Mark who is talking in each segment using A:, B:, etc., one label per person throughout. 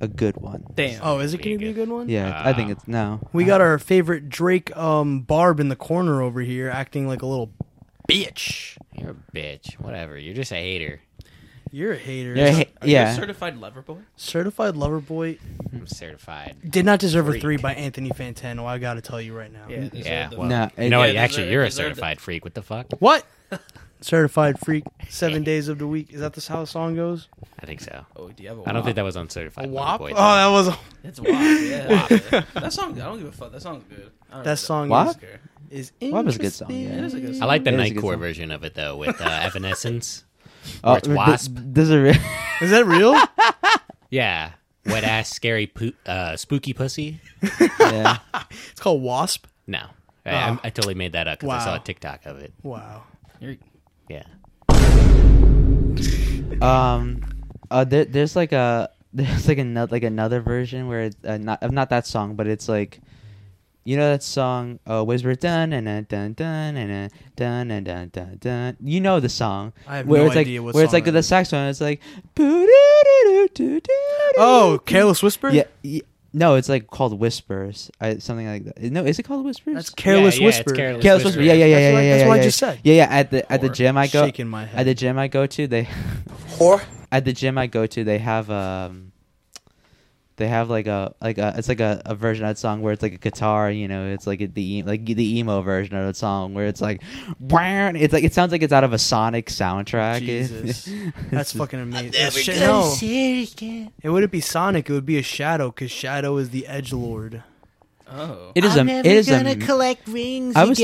A: a good one.
B: Damn.
C: Oh, is it going to be a good one?
A: Yeah, I think it's no.
C: We got our favorite Drake um, Barb in the corner over here acting like a little bitch.
D: You're a bitch. Whatever. You're just a hater.
C: You're a hater.
A: Yeah, hey,
B: Are you a
A: yeah.
B: certified lover boy?
C: Certified Lover Boy
D: I'm certified.
C: did not deserve a 3 by Anthony Fantano. I got to tell you right now.
B: deserved
D: Yeah.
B: it.
D: Well,
A: No,
D: you know
A: it-
D: what?
B: Yeah,
D: actually,
B: deserve-
D: you're a
B: deserve it.
D: certified freak. What the fuck?
C: What? Certified freak, seven days of the week. Is that this how the song goes?
D: I think so.
B: Oh, do you have a
D: I don't think
B: wop?
D: that was uncertified.
C: Oh,
D: Loverboy, though.
C: that was a,
B: It's WAP. Yeah. that song. I don't give a fuck. That song's good. I don't
C: that song.
A: What?
C: is
B: really care.
C: is
A: What was a good song, yeah.
C: interesting.
B: It is a good
D: I
B: song.
D: like the
A: It is a good
D: Nightcore
A: song.
D: version of it though, with uh, Evanescence.
A: oh,
D: it's
A: th-
D: Wasp.
A: This is a re-
C: Is that real?
D: Yeah, wet ass, scary, poo- uh, spooky pussy.
A: yeah.
C: it's called Wasp.
D: No, I,
A: Oh.
D: I'm- I totally made that up because I saw
C: Wow.
D: a TikTok of it.
C: Wow.
B: You're-
D: Yeah,
A: Um, uh, there, there's like a there's like another like another version where it's uh, not of not that song, but it's like, you know that song, uh, whisper dun and dun dun dun and dun and dun dun dun. You know the song.
C: I have
A: where
C: no
A: it's like,
C: idea what
A: where it's
C: song
A: like
C: that
A: the
C: is.
A: saxophone. It's like. Oh,
C: Oh, Careless Whisper.
A: yeah, yeah. No, it's like called Whispers, I, something like that. No, is it called Whispers?
C: That's Careless
D: Yeah, yeah, it's
C: Whisper.
D: Careless
A: Careless Whisper. Yeah, yeah, yeah, yeah, yeah,
C: That's what I-
A: yeah.
C: that's
A: yeah,
C: what I
A: yeah.
C: just said.
A: Yeah, yeah. At the at the
C: Whore.
A: gym I go
C: Shaking my
A: at
C: head.
A: the gym I go to they
C: Whore.
A: at the gym I go to, they have um, they have like a like a it's like a, a version of that song where it's like a guitar, you know, it's like the e- like the emo version of that song where it's like, "Wow," it's like it sounds like it's out of a Sonic soundtrack. It-
C: Jesus.
A: it's
C: That's
A: just-
C: fucking amazing. That's shit- no, it wouldn't be Sonic. It would be a Shadow, because Shadow is the Edge Lord.
B: Oh.
A: It is am- it is am-
D: collect rings
A: I was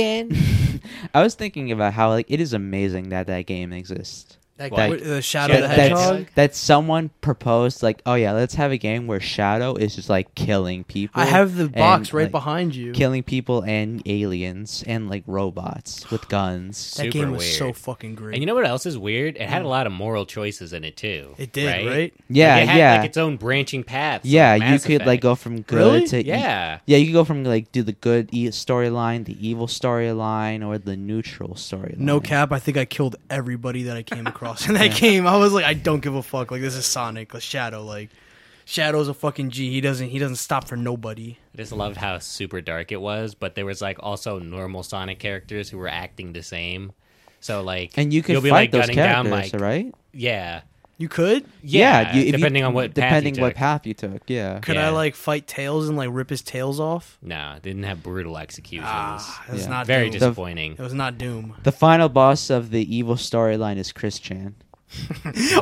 A: I was thinking about how like it is amazing that that game exists.
C: That,
A: Like-
C: guy- the Shadow
A: That,
C: the
A: that's-
C: Hedgehog.
A: that someone proposed like, oh yeah, let's have a game where Shadow is just like killing people.
C: I have the box
A: and,
C: right
A: like,
C: behind you.
A: killing people and aliens and like robots with guns.
C: that
D: Super
C: game was so
D: weird.
C: fucking great.
D: And you know what else is weird? It had a lot of moral choices in it too.
C: it did, right?
A: Yeah,
D: like, it had,
A: yeah,
D: Like its own branching paths.
A: yeah.
D: like
A: You
D: Mass
A: could like
D: Effect.
A: go from good
C: Really?
A: to e-
D: Yeah.
A: yeah. You could go from like do the good e- storyline, the evil storyline, or the neutral storyline.
C: No cap, I think I killed everybody that I came across in that game. I was like, I don't give a fuck. Like this is Sonic, like Shadow. Like Shadow's a fucking G. He doesn't he doesn't stop for nobody.
D: I just loved how super dark it was, but there was like also normal Sonic characters who were acting the same. So like,
A: and you could
D: you'll
A: fight
D: be like
A: those
D: gunning
A: characters,
D: down like,
A: right?
D: yeah,
C: You could?
D: yeah,
A: you- if you-
D: depending on what
A: depending
D: path you
A: what
D: took.
A: path you took. Yeah,
C: Could
D: Yeah.
C: I like fight Tails and like rip his tails off?
D: No, it didn't have brutal executions.
C: Ah, it was
A: Yeah.
C: not
D: Very
C: Doom.
D: disappointing.
C: It was not Doom.
A: the final boss of the evil storyline is Chris Chan.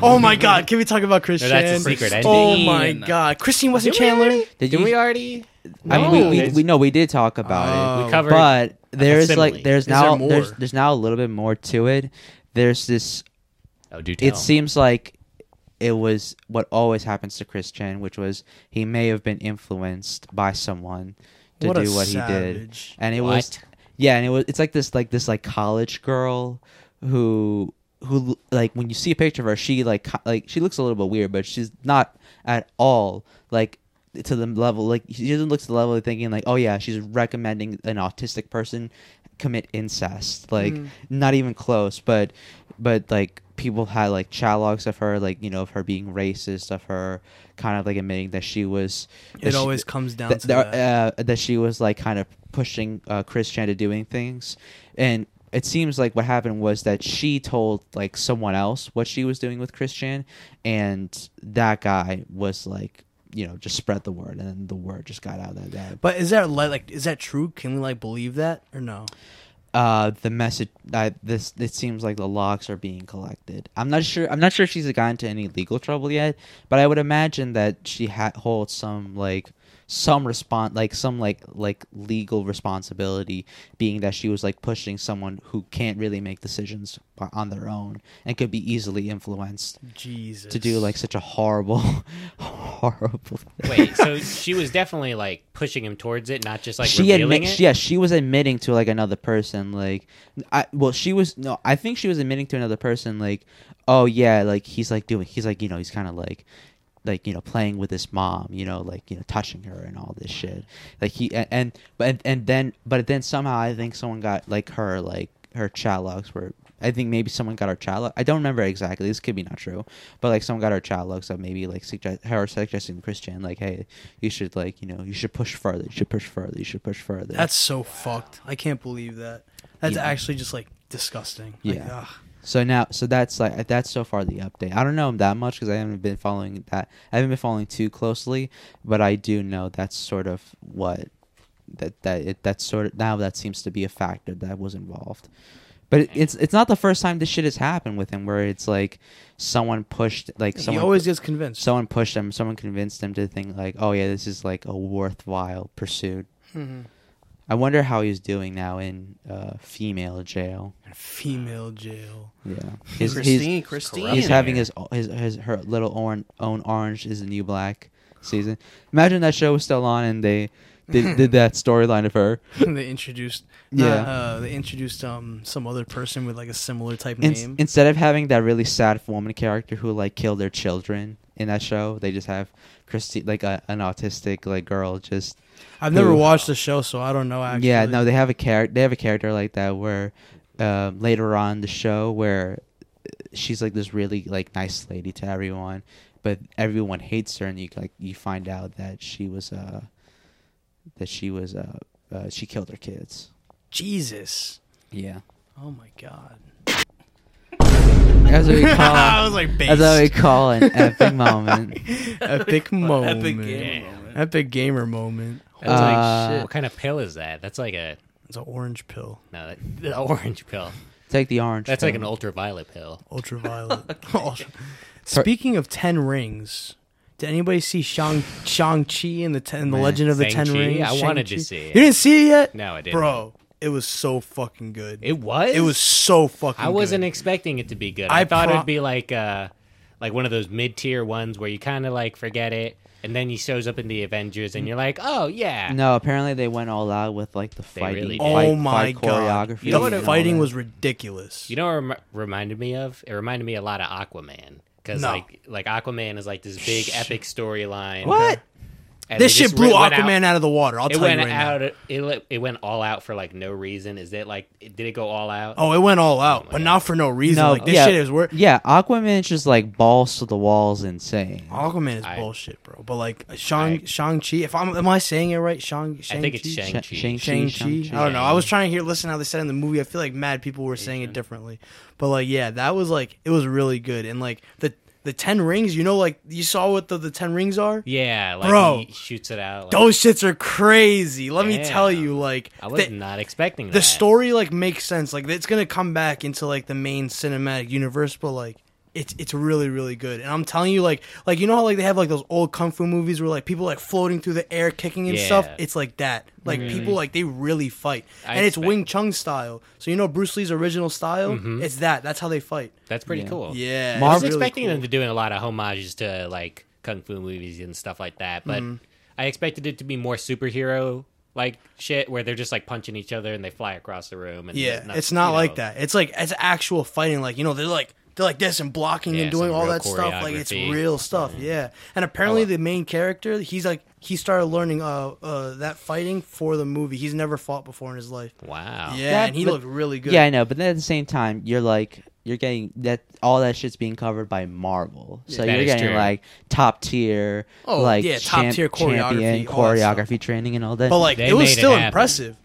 C: oh my god, can we talk about Christian?
D: that's a secret
C: Oh
D: ending.
C: my god. Christine wasn't Chandler?
A: Did
D: Did
A: you?
D: we already?
A: I mean, we, we,
D: there's-
A: we no, we did talk about it.
C: Oh.
D: we covered.
A: but there's
D: simile.
A: like there's
C: Is
A: now
C: there
A: there's
C: more?
A: there's now a little bit more to it. There's this.
D: oh, do tell.
A: It seems like it was what always happens to Chris Chen, which was he may have been influenced by someone to
C: What a
A: do what he did,
C: savage.
A: and it was
D: What?
A: yeah, and it was it's like this like this like college girl who who like when you see a picture of her, she like co- like she looks a little bit weird, but she's not at all like to the level like she doesn't look to the level of thinking like oh yeah she's recommending an autistic person commit incest like not even close but but like people had like chat logs of her like you know of her being racist of her kind of like admitting that she was that
C: It
A: she-
C: always comes down
A: that,
C: to
A: there-
C: that.
A: Uh, that she was like kind of pushing uh, Chris Chan to doing things, and it seems like what happened was that she told like someone else what she was doing with Chris Chan, and that guy was like you know just spread the word, and then the word just got out that day.
C: But is that li- like is that true? Can we like believe that or no?
A: Uh, the message I this it seems like the logs are being collected. I'm not sure. I'm not sure if she's gotten into any legal trouble yet, but I would imagine that she ha- holds some like some respon like some like like legal responsibility, being that she was like pushing someone who can't really make decisions by- on their own and could be easily influenced
C: Jesus.
A: to do like such a horrible, horrible. Thing.
D: Wait, so she was definitely like pushing him towards it, not just like
A: she
D: revealing
A: admits
D: it.
A: yeah she was admitting to like another person like i well she was no i think she was admitting to another person like oh yeah like he's like doing he's like you know he's kind of like like you know playing with his mom you know like you know touching her and all this shit like he and and but and then but then somehow i think someone got like her like her chat logs were I think maybe someone got our child. Lo- I don't remember exactly. This could be not true, but like someone got our child looks up. Maybe like suggest her suggesting Christian like, hey, you should like you know you should push further. You should push further. You should push further.
C: That's so fucked. I can't believe that. That's
A: Yeah.
C: actually just like disgusting. Like,
A: Yeah.
C: ugh.
A: So now, so that's like uh, that's so far the update. I don't know that much because I haven't been following that. I haven't been following too closely, but I do know that's sort of what that that it, that's sort of now that seems to be a factor that was involved. But it, it's it's not the first time this shit has happened with him, where it's like someone pushed like
C: he
A: someone
C: always gets convinced.
A: someone pushed him, someone convinced him to think like, oh yeah, this is like a worthwhile pursuit. I wonder how he's doing now in uh, female jail.
C: Female jail.
A: Yeah, His- his-
B: Christine, Christine.
A: He's
D: Damn.
A: having his his his her little own own orange is the new black season. Imagine that show was still on and they did, did that storyline of her.
C: they introduced. Yeah.
A: Yeah.
C: Uh, they introduced um some other person with like a similar type
A: In,
C: name.
A: instead of having that really sad woman character who like killed their children in that show, they just have Christine like a, an autistic like girl just
C: I've never
A: who-
C: watched the show, so I don't know. Actually.
A: Yeah, no, they have a character. They have a character like that where um, later on in the show where uh, she's like this really like nice lady to everyone, but everyone hates her, and you like you find out that she was uh that she was uh, uh she killed her kids.
C: Jesus.
A: Yeah,
C: Oh my god.
A: that's what we
C: I
A: call
C: was like,
A: that's what we
C: based.
A: call an epic moment.
C: epic moment.
B: Epic game. moment.
C: Epic gamer moment.
D: That's
A: Uh,
D: like shit. What kind of pill is that? That's like a
C: It's an orange pill.
D: no, that, the orange pill.
A: Take the orange.
D: That's like an
A: pill.
D: ultraviolet pill.
C: Ultraviolet. Ultra- Speaking of Ten Rings, did anybody see Shang Shang Chi in the ten, in the
A: Nah.
C: Legend of the Ten
D: Shang-Chi?
C: Rings?
D: I wanted
C: Shang-Chi?
D: to see it.
C: You didn't see it yet?
D: No, I didn't.
C: Bro, it was so fucking good. It,
D: It was.
C: was so fucking.
D: I wasn't
C: good.
D: expecting it to be good.
C: I
D: I, thought
C: pro-
D: it'd be like uh like one of those mid tier ones where you kind of like forget it, and then he shows up in the Avengers, and you're like, oh yeah.
A: No, apparently they went all out with like the
D: They
A: fighting.
D: really did.
A: fight,
C: Oh my
A: fight
C: god!
A: choreography. and
C: The
A: all
C: fighting
A: that.
C: was ridiculous.
D: You know what it rem- reminded me of? It reminded me a lot of Aquaman because
C: No.
D: like like Aquaman is like this big epic storyline.
A: what?
D: And
C: this
D: they
C: shit
D: just
C: blew
D: re- went out-
C: Aquaman out, of the water. I'll
D: It
C: tell
D: went
C: you right
D: out.
C: now.
D: It le- it went all out for like no reason. Is it like it- did it go all out?
C: Oh, it went all out, but not for no reason. like this
A: yeah,
C: shit is worth.
A: Yeah, Aquaman's just like balls to the walls insane.
C: Aquaman is
D: I-
C: bullshit, bro. But like Shang Shang Chi, if I'm am I saying it right? Shang Shang
D: I think it's Shang
A: Shang-Chi.
D: Chi.
C: Shang Chi. I don't know. I
D: Shang.
C: was trying to hear listen how they said it in the movie. I feel like mad people were saying it differently, but like yeah, that was like it was really good. And like the the ten rings, you know, like you saw what the, the ten rings are.
D: Yeah, like
C: Bro.
D: he shoots it out. Like,
C: Those shits are crazy. Let me
D: Damn.
C: tell you, like
D: I was
C: the-
D: not expecting that.
C: the story like makes sense. Like it's gonna come back into like the main cinematic universe, but like it's it's really really good. And I'm telling you, like like you know how like they have like those old kung fu movies where like people like floating through the air, kicking and
D: Yeah. Mm-hmm.
C: stuff. It's like that. Like people like they really fight,
D: I
C: and it's
D: expect- Mm-hmm.
C: Wing Chun style. So you know Bruce Lee's original style. It's that. That's how they fight.
D: That's pretty
A: Yeah.
D: cool.
C: Yeah,
D: I was
A: Marvel-
C: it's really
D: Oh. expecting
C: cool.
D: them to doing a lot of homages to like kung fu movies and stuff like that, but
C: Mm-hmm.
D: I expected it to be more superhero like shit where they're just like punching each other and they fly across the room. And
C: Yeah,
D: nothing-
C: it's not
D: you
C: like
D: know.
C: that. It's like it's actual fighting. Like you know, they're like they're like this and blocking
D: Yeah,
C: and doing
D: some
C: all
D: real
C: that stuff. Like it's
D: choreography. Mm-hmm.
C: real stuff. Yeah, and apparently the main character, he's like he started learning uh, uh that fighting for the movie. He's never fought before in his life.
D: Wow.
C: Yeah,
A: That-
C: and he
A: but-
C: looked really good.
A: Yeah, I know, but then at the same time, you're like you're getting that all that shit's being covered by Marvel, so
D: That
A: you're
D: is
A: getting
D: true.
A: like top tier,
C: Oh,
A: like
C: yeah, top
A: champion
C: tier choreography, all that stuff.
A: choreography training and all that.
C: but like
D: They
C: it was
D: made it
C: still
D: happen.
C: impressive.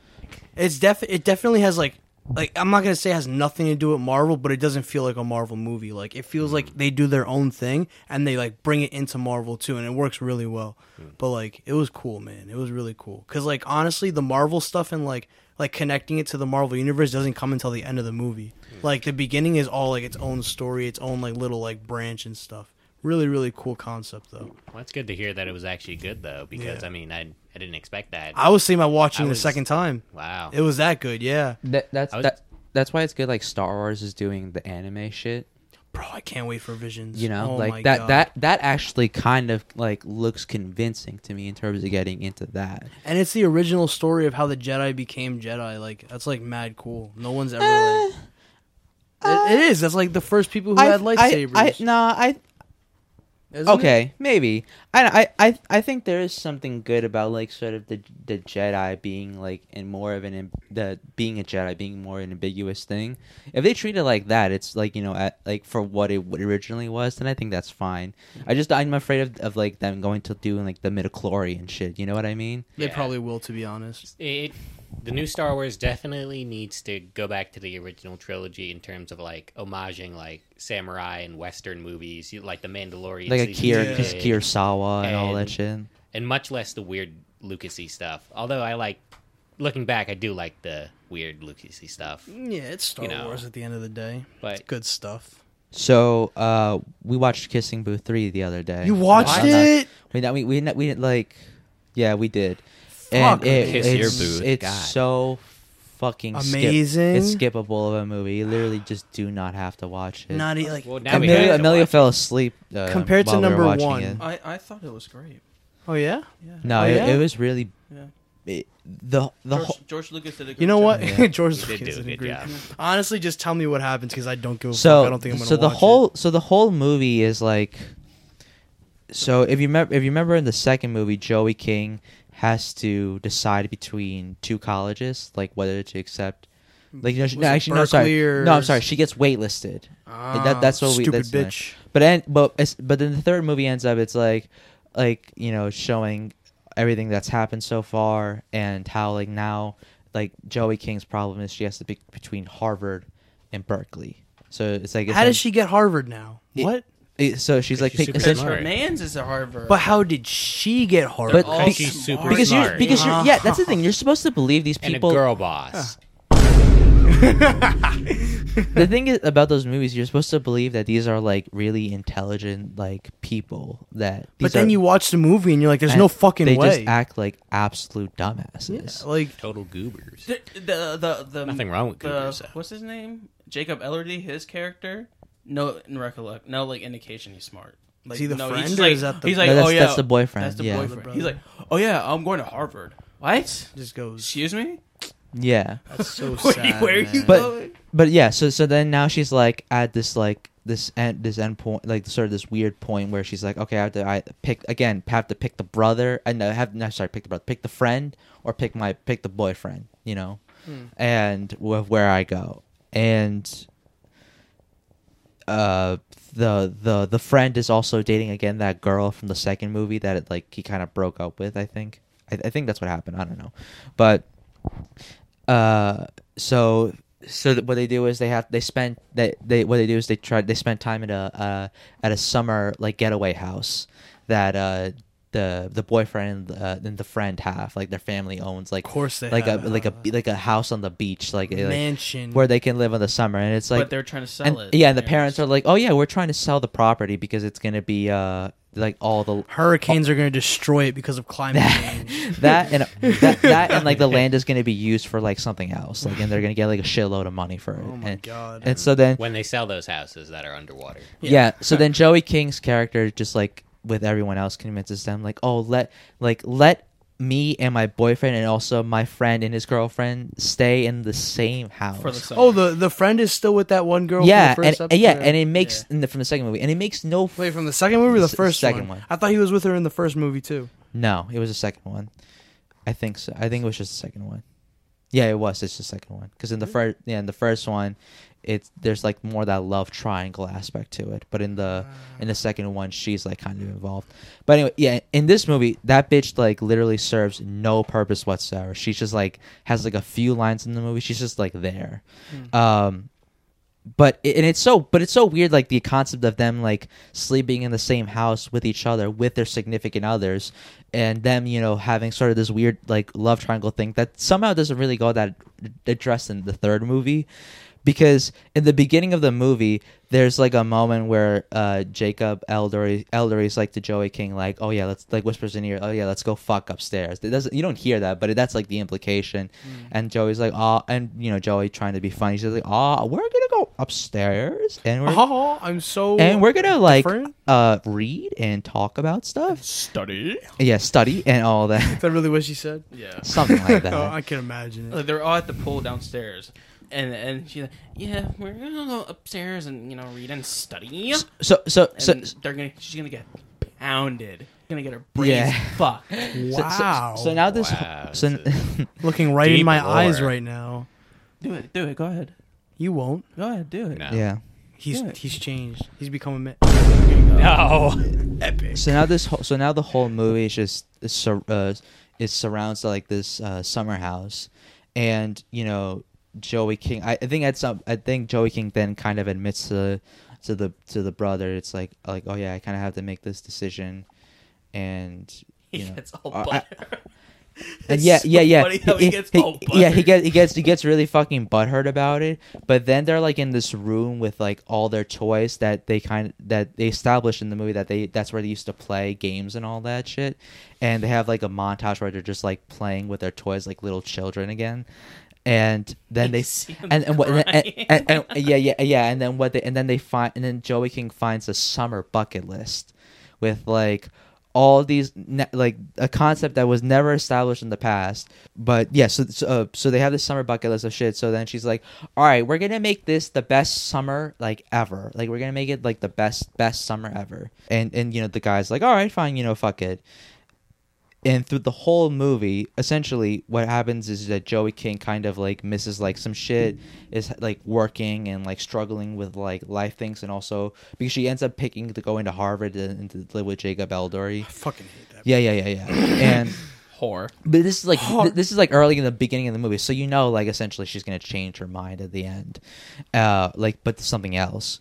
C: It's def it definitely has like like I'm not gonna say it has nothing to do with Marvel, but it doesn't feel like a Marvel movie. Like it feels
D: Mm.
C: like they do their own thing and they like bring it into Marvel too, and it works really well.
D: Mm.
C: But like it was cool, man. It was really cool because like honestly, the Marvel stuff and like like connecting it to the Marvel universe doesn't come until the end of the movie.
D: Mm.
C: Like the beginning is all like its own story, its own like little like branch and stuff. Really, really cool concept though.
D: Well, it's good to hear that it was actually good though, because I mean, I I didn't expect that.
C: I was thinking about watching
D: I
C: it
D: was-
C: a second time.
D: wow.
C: It was that good, yeah.
A: that, that's
D: I was-
A: that, that's why it's good. Like Star Wars is doing the anime shit,
C: bro i can't wait for visions
A: you know,
C: Oh my
A: like that
C: God.
A: that that actually kind of like looks convincing to me in terms of getting into that.
C: and it's the original story of how the jedi became jedi like that's like mad cool no one's ever like
D: Uh,
C: it, it is that's like the first people who had lightsabers
A: I, I, no, I
C: Isn't it?
A: okay, maybe. I, I I I think there is something good about like sort of the the Jedi being like in more of an am- the being a Jedi being more an ambiguous thing. If they treat it like that, it's like you know at, like for what it w- originally was, then I think that's fine. I just I'm afraid of, of like them going to doing like the midichlorian shit. You know what I mean?
C: They
D: Yeah.
C: probably will, to be honest.
D: it the new Star Wars definitely needs to go back to the original trilogy in terms of like homaging like samurai and western movies, you- like The Mandalorian,
A: Like a
D: Season
A: Kier,
D: of the
A: Kis-
D: Kid,
A: Kurosawa and all that
D: And-
A: shit.
D: and much less the weird Lucasy stuff. Although I like looking back, I do like the weird Lucasy stuff.
C: Yeah, it's Star
D: You know.
C: Wars at the end of the day.
D: But-
C: it's good stuff.
A: So uh, we watched Kissing Booth three the other day.
C: You watched
A: Wow.
C: it?
A: We not, we we not, we didn't like. Yeah, we did.
C: Fuck.
A: and it,
E: Kiss
A: it's,
E: your booth.
A: It's
D: God.
A: so fucking skip-
C: Amazing.
A: it's skippable of a movie. You literally just do not have to watch it.
C: Not e- like
D: Well, now we
A: Amelia,
D: have to
A: Amelia
D: watch
A: fell asleep uh,
C: Compared to
A: while we were
C: number
A: watching
C: one.
A: it.
B: I, I thought it was great.
C: oh yeah.
B: Yeah.
A: No,
C: Oh,
A: it,
C: yeah?
A: it was really
B: Yeah.
A: it, the the
B: George,
A: whole.
B: George Lucas did a good
C: You know
B: job.
C: what?
A: Yeah.
C: George
D: He did
C: Lucas
D: do a
C: did agree.
D: good job.
C: Honestly, just tell me what happens because I don't give a
A: so
C: fuck. I don't think I'm gonna.
A: so the
C: watch it.
A: whole so the whole movie is like so if you remember if you remember in the second movie joey king has to decide between two colleges like whether to accept like no, she,
C: Was
A: no,
C: it
A: actually no sorry
C: Berkeley or-
A: no i'm sorry she gets waitlisted
C: Ah,
A: That- that's what we
C: stupid
A: that's in there.
C: bitch.
A: but and but it's- but then the third movie ends up it's like like you know showing everything that's happened so far and how like now like joey king's problem is she has to pick between harvard and berkeley so it's like it's
C: How
A: like-
C: did she get Harvard now?
A: It-
C: what?
A: it- so she's like pick,
D: she's super
A: essentially-
D: smart. Right.
B: Man's is a Harvard.
C: But how did she get Harvard?
A: But
B: all
A: bec-
D: she's super
A: because you're
D: smart.
A: because you're yeah that's the thing you're supposed to believe these
D: And
A: people
D: a girl boss.
A: the thing is about those movies you're supposed to believe that these are like really intelligent like people that
C: but
A: these
C: then
A: are-
C: you watch the movie and you're like, "There's
A: and
C: no fucking
A: they
C: way."
A: just act like absolute dumbasses
C: Yeah, like
D: Total goobers.
B: the, the, the, the
D: Nothing wrong with Cougars,
B: the,
D: though.
B: What's his name? Jacob Ellerty. His character. No, no recollect. No, like indication he's smart. Like,
C: Is he the
B: no,
C: friend
B: He's
C: or
B: like,
C: is that the-
B: he's like
A: No, that's-
B: oh yeah,
A: that's the boyfriend,
B: That's the
A: yeah.
B: boyfriend. He's like, oh yeah, I'm going to Harvard. What?
C: just goes.
B: Excuse me.
A: yeah
C: That's so
B: Where,
C: sad.
B: where are you
C: man.
A: But-
B: going?
A: but yeah so so then now she's like at this like this end this end point like sort of this weird point where she's like okay i have to i pick again have to pick the brother and no, have no sorry pick the brother pick the friend or pick my pick the boyfriend you know and wh- where i go and uh the the the friend is also dating again that girl from the second movie that it, like he kind of broke up with i think I, I think that's what happened i don't know but uh so so th- what they do is they have they spend they, they what they do is they try they spend time at a uh, at a summer like getaway house that uh the the boyfriend and, uh, and the friend have like their family owns like
C: course they
A: like
C: have
A: a
C: it.
A: like a like a house on the beach like, like,
C: mansion.
A: where they can live in the summer and it's like
B: but they're trying to sell
A: and,
B: it.
A: yeah and the parents are like oh yeah we're trying to sell the property because it's gonna be uh like all the
C: Hurricanes are going to destroy it because of climate change.
A: that and that, that and like the land is going to be used for like something else like and they're going to get like a shitload of money for it
C: Oh my
A: and,
C: god!
A: and so then
D: When they sell those houses that are underwater.
A: yeah. so then joey king's character just like with everyone else convinces them like oh let like let me and my boyfriend and also my friend and his girlfriend stay in the same house
B: for the summer.
C: oh, the the friend is still with that one girl.
A: yeah
C: from the
A: and,
C: first
A: and yeah
C: episode?
A: and it makes in the, from the second movie and it makes no f-
C: Wait, from the second movie or the
A: S-
C: first
A: second
C: one?
A: one.
C: I thought he was with her in the first movie too.
A: no it was the second one i think so i think it was just the second one yeah it was it's the second one because in the first yeah in the first one it's there's like more that love triangle aspect to it but in the in the second one she's like kind of involved but anyway yeah in this movie that bitch like literally serves no purpose whatsoever she's just like has like a few lines in the movie she's just like there um but it, and it's so but it's so weird like the concept of them like sleeping in the same house with each other with their significant others and them you know having sort of this weird like love triangle thing that somehow doesn't really go that addressed in the third movie because in the beginning of the movie there's like a moment where uh jacob eldery eldery's like to joey king like oh yeah let's like whispers in your oh yeah let's go fuck upstairs it doesn't you don't hear that but that's like the implication and joey's like oh and you know joey trying to be funny she's like oh we're gonna go upstairs and we're
C: Oh, I'm so.
A: and we're gonna like
C: different.
A: uh read and talk about stuff
B: study.
A: yeah study and all that
C: Is that really what she said?
B: Yeah.
A: something like that
C: Oh, I can imagine it.
B: Like they're all at the pool downstairs, and and she's like, yeah, we're gonna go upstairs and you know read and study.
A: So so
B: And
A: so
B: they're gonna she's gonna get pounded. She's gonna get her brains
A: Yeah.
B: fucked.
A: so- so-
C: Wow.
A: So, now this
D: Wow,
A: so
D: that's
C: Looking right in
D: Deep
C: my
D: lore.
C: eyes right now.
B: Do it, do it. Go ahead,
C: You won't.
B: go ahead, do it.
D: No.
A: yeah.
C: He's
B: Yeah.
C: he's changed. He's become a man.
D: No.
C: epic.
A: So now this whole, so now the whole movie is just is sur- uh, it surrounds like this uh, summer house, and you know Joey King. I, I think at some I think Joey King then kind of admits to to the to the brother. It's like like oh yeah, I kind of have to make this decision, and
B: He
A: you know,
B: gets all
A: Uh, I-
B: butter.
A: and
B: It's
A: yeah,
B: so
A: yeah, yeah.
B: funny how he gets all
A: yeah, he
B: butthurt.
A: gets he gets he gets really fucking butthurt about it. But then they're like in this room with like all their toys that they kind of that they established in the movie that they that's where they used to play games and all that shit. And they have like a montage where they're just like playing with their toys like little children again. And then they
B: You see him
A: and and what and, and,
B: crying.
A: and, and- yeah yeah yeah and then what they and then they find and then Joey King finds a summer bucket list with like all these ne- like a concept that was never established in the past but yeah so so, uh, so they have this summer bucket list of shit so then she's like all right we're gonna make this the best summer like ever like we're gonna make it like the best best summer ever and and you know the guy's like all right fine you know fuck it and through the whole movie essentially what happens is that joey king kind of like misses like some shit is like working and like struggling with like life things and also because she ends up picking to go into harvard and, and to live with jacob eldory
C: Fucking hate that.
A: yeah yeah yeah yeah and
B: Whore.
A: but this is like th- this is like early in the beginning of the movie, so you know, like essentially she's gonna change her mind at the end, uh, like but something else.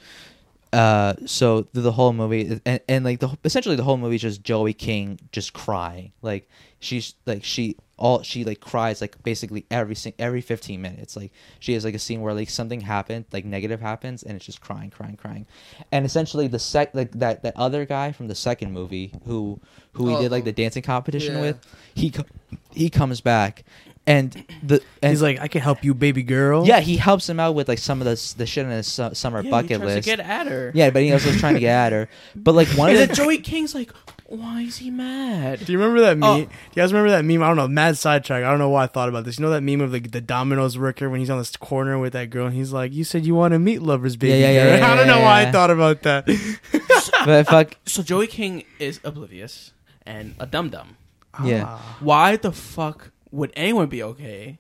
A: Uh, so through the whole movie, and, and like the wh- essentially the whole movie is just Joey King just crying, like she's like she all she like cries like basically every sing- every fifteen minutes. Like she has like a scene where like something happened, like negative happens, and it's just crying, crying, crying, and essentially the sec like that that other guy from the second movie who who he
B: Oh.
A: did like the dancing competition
B: Yeah.
A: with he co- he comes back and the and
C: He's like, I can help you, baby girl.
A: yeah he helps him out with like some of the the shit on his su- summer
B: Yeah, he
A: bucket
B: tries
A: list
B: to get at her.
A: yeah but he also was trying to get at her but like one of
B: And
A: the
B: then Joey King's like, why is he mad?
C: Do you remember that meme?
B: Oh.
C: Do you guys remember that meme? I don't know. Mad sidetrack. I don't know why I thought about this. You know that meme of the, the Domino's worker when he's on this corner with that girl and he's like, "You said you want to meet lovers, baby."
A: Yeah, yeah, yeah,
C: girl."
A: yeah,
C: I don't know
A: yeah,
C: why
A: yeah.
C: I thought about that.
A: but fuck
B: So Joey King is oblivious and a dum dum.
C: Ah.
A: yeah
B: Why the fuck would anyone be okay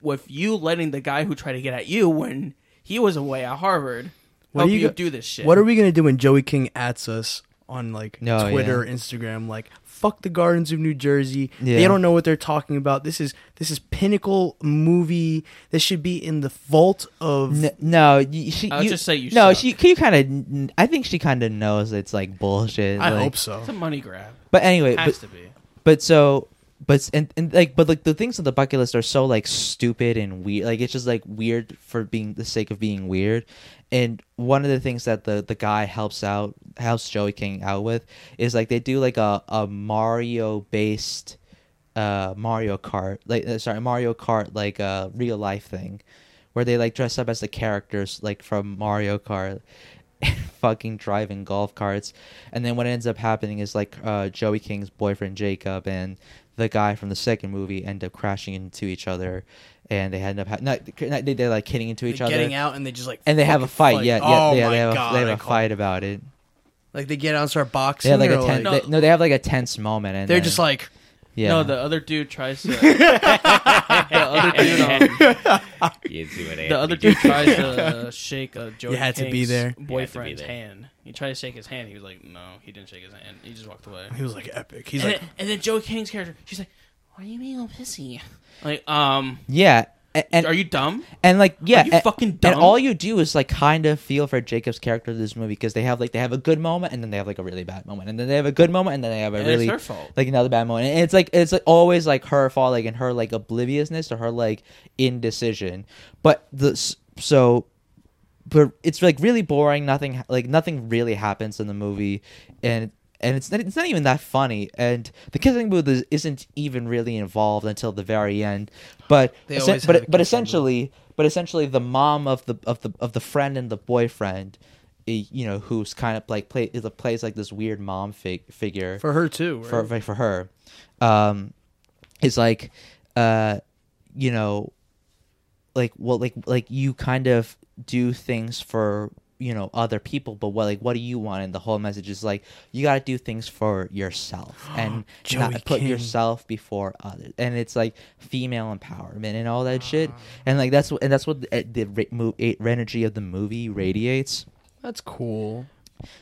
B: with you letting the guy who tried to get at you when he was away at Harvard
C: What
B: help
C: are you
B: you,
C: go-
B: do this shit?
C: What are we gonna do when Joey King ats us on like
A: No,
C: Twitter,
A: yeah.
C: Instagram? Like, fuck the gardens of New Jersey. They
A: Yeah.
C: don't know what they're talking about. This is this is pinnacle movie. This should be in the vault of.
A: N- no y- she
B: I would
A: you-
B: just say you
A: no
B: suck.
A: she you kind of I think she kind of knows it's like bullshit
C: I
A: like-
C: hope so.
B: It's a money grab.
A: but anyway but,
B: Has to be.
A: but so but and, and like but like the things on the bucket list are so like stupid and weird like it's just like weird for being the sake of being weird and one of the things that the the guy helps out helps joey king out with is like they do like a, a mario based uh mario kart like uh, sorry mario kart like uh, real life thing where they like dress up as the characters like from mario kart fucking driving golf carts. And then what ends up happening is like uh, Joey King's boyfriend Jacob and the guy from the second movie end up crashing into each other, and they end up ha- not, not they, they're like hitting into each
C: They're
A: other.
C: getting out and they just like
A: And they have a
C: fucking
A: fight, yeah, yeah,
C: Oh
A: yeah.
C: my
A: They have,
C: God,
A: a, they
C: I
A: have a
C: call-
A: fight about it.
C: Like they get out and start boxing.
A: They have like a
C: or,
A: ten,
C: like-
A: they, no, they have like a tense moment, and
C: They're
A: then-
C: just like,
A: yeah,
B: No, the other dude tries to. the other dude, um,
D: You see what
B: the other dude tries to shake a Joey
C: You had to be
B: King's
C: there. You had to
D: be
B: boyfriend's
D: there.
B: hand. He tried to shake his hand. He was like, no, he didn't shake his hand. He just walked away.
C: he was like epic. He's
B: and,
C: like,
B: then, and then Joey King's character, she's like, "Why are you being all pissy? Like, um,
A: yeah, and, and
B: are you dumb?
A: And like, yeah,
B: you
A: and,
B: fucking
A: and
B: dumb?
A: all you do is like kind of feel for Jacob's character in this movie because they have like they have a good moment and then they have like a really bad moment and then they have a good moment and then they have a
B: And it's
A: really
B: her fault.
A: like another bad moment and it's like it's like always like her fault like and her like obliviousness or her like indecision. But the so but it's like really boring. Nothing like nothing really happens in the movie, and and it's not, it's not even that funny. And the kissing booth is, isn't even really involved until the very end. But
C: They
A: essen-
C: always have a
A: but but
C: kissing
A: essentially but essentially the mom of the of the of the friend and the boyfriend, eh, you know, who's kind of like play is a plays like this weird mom fig- figure
C: for her too. Right?
A: for like, for her um is like uh you know like well like like you kind of do things for you know other people but what like what do you want and the whole message is like you got to do things for yourself and not
C: Joey
A: put
C: King.
A: yourself before others and it's like female empowerment and all that shit
C: Ah.
A: and like that's what and that's what the, the ra- mo- eh, energy of the movie radiates
C: That's cool.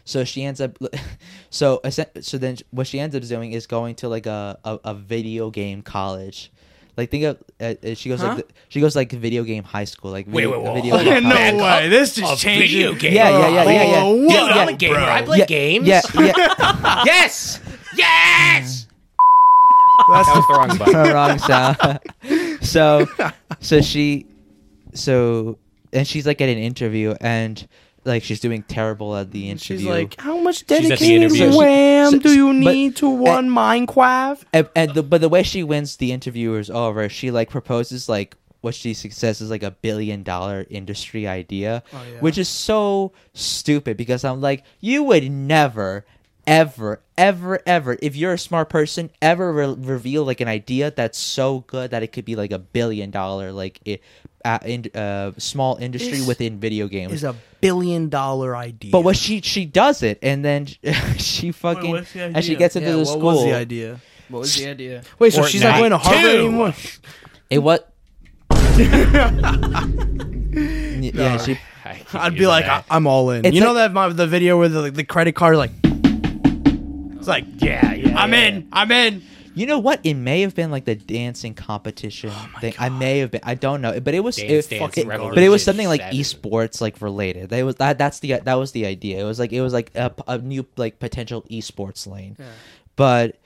A: so she ends up, so essen- so then what she ends up doing is going to like a a, a video game college. Like think of uh, uh, she goes
B: Huh?
A: like the, she goes like video game high school like video,
D: wait, wait,
A: video
D: hold
A: game
D: on.
A: college.
D: Back
C: no way.
D: up
C: This
D: a
C: just changed.
D: video
C: it.
D: game.
A: Yeah, yeah, yeah, yeah, yeah.
C: Oh,
A: Yeah,
C: whoa,
D: Dude, I'm a
A: yeah,
D: gamer.
C: bro.
D: I play
A: yeah,
D: games.
A: yeah yeah
D: Yes. Yes.
C: That's
D: That was the wrong button.
A: wrong sound so so she so and she's like at an interview and like she's doing terrible at the interview
C: She's like, how much
D: at the
C: dedicated
D: interview.
A: So-
C: wham do you
A: but-
C: need to one Minecraft?
A: and, and the, but the way she wins the interviewers over, she like proposes like what she success is like a billion dollar industry idea,
C: yeah.
A: which is so stupid because I'm like, you would never, ever, ever, ever, if you're a smart person, ever re- reveal like an idea that's so good that it could be like a billion dollar like it, uh, in, uh, small industry
C: This
A: within video games.
C: Is a billion dollar idea.
A: but what she she does it and then she fucking
B: what's the
A: and she
B: idea?
A: gets into
C: Yeah,
A: the
C: what
A: school.
C: was the idea?
B: What was the idea?
C: Wait, so
D: Fortnite
C: she's not going to Harvard
D: 2.
C: anymore?
A: It what? yeah, she.
D: I keep
C: I'd be
D: using
C: like, I,
D: that.
C: I'm all in.
A: It's
C: you know
A: like-
C: that my, the video where the, like, the credit card like, it's like
D: yeah, yeah.
C: I'm
D: yeah,
C: in, I'm in.
A: You know what? It may have been like the dancing competition thing. I may have been. I don't know, but it was.
D: Oh Dance
A: it,
D: Dance
A: fucking-
D: Revolution
A: but it was something like
D: Saturday.
A: esports, like related. That was that. That's the that was the idea. It was like it was like a, a new like potential esports lane, but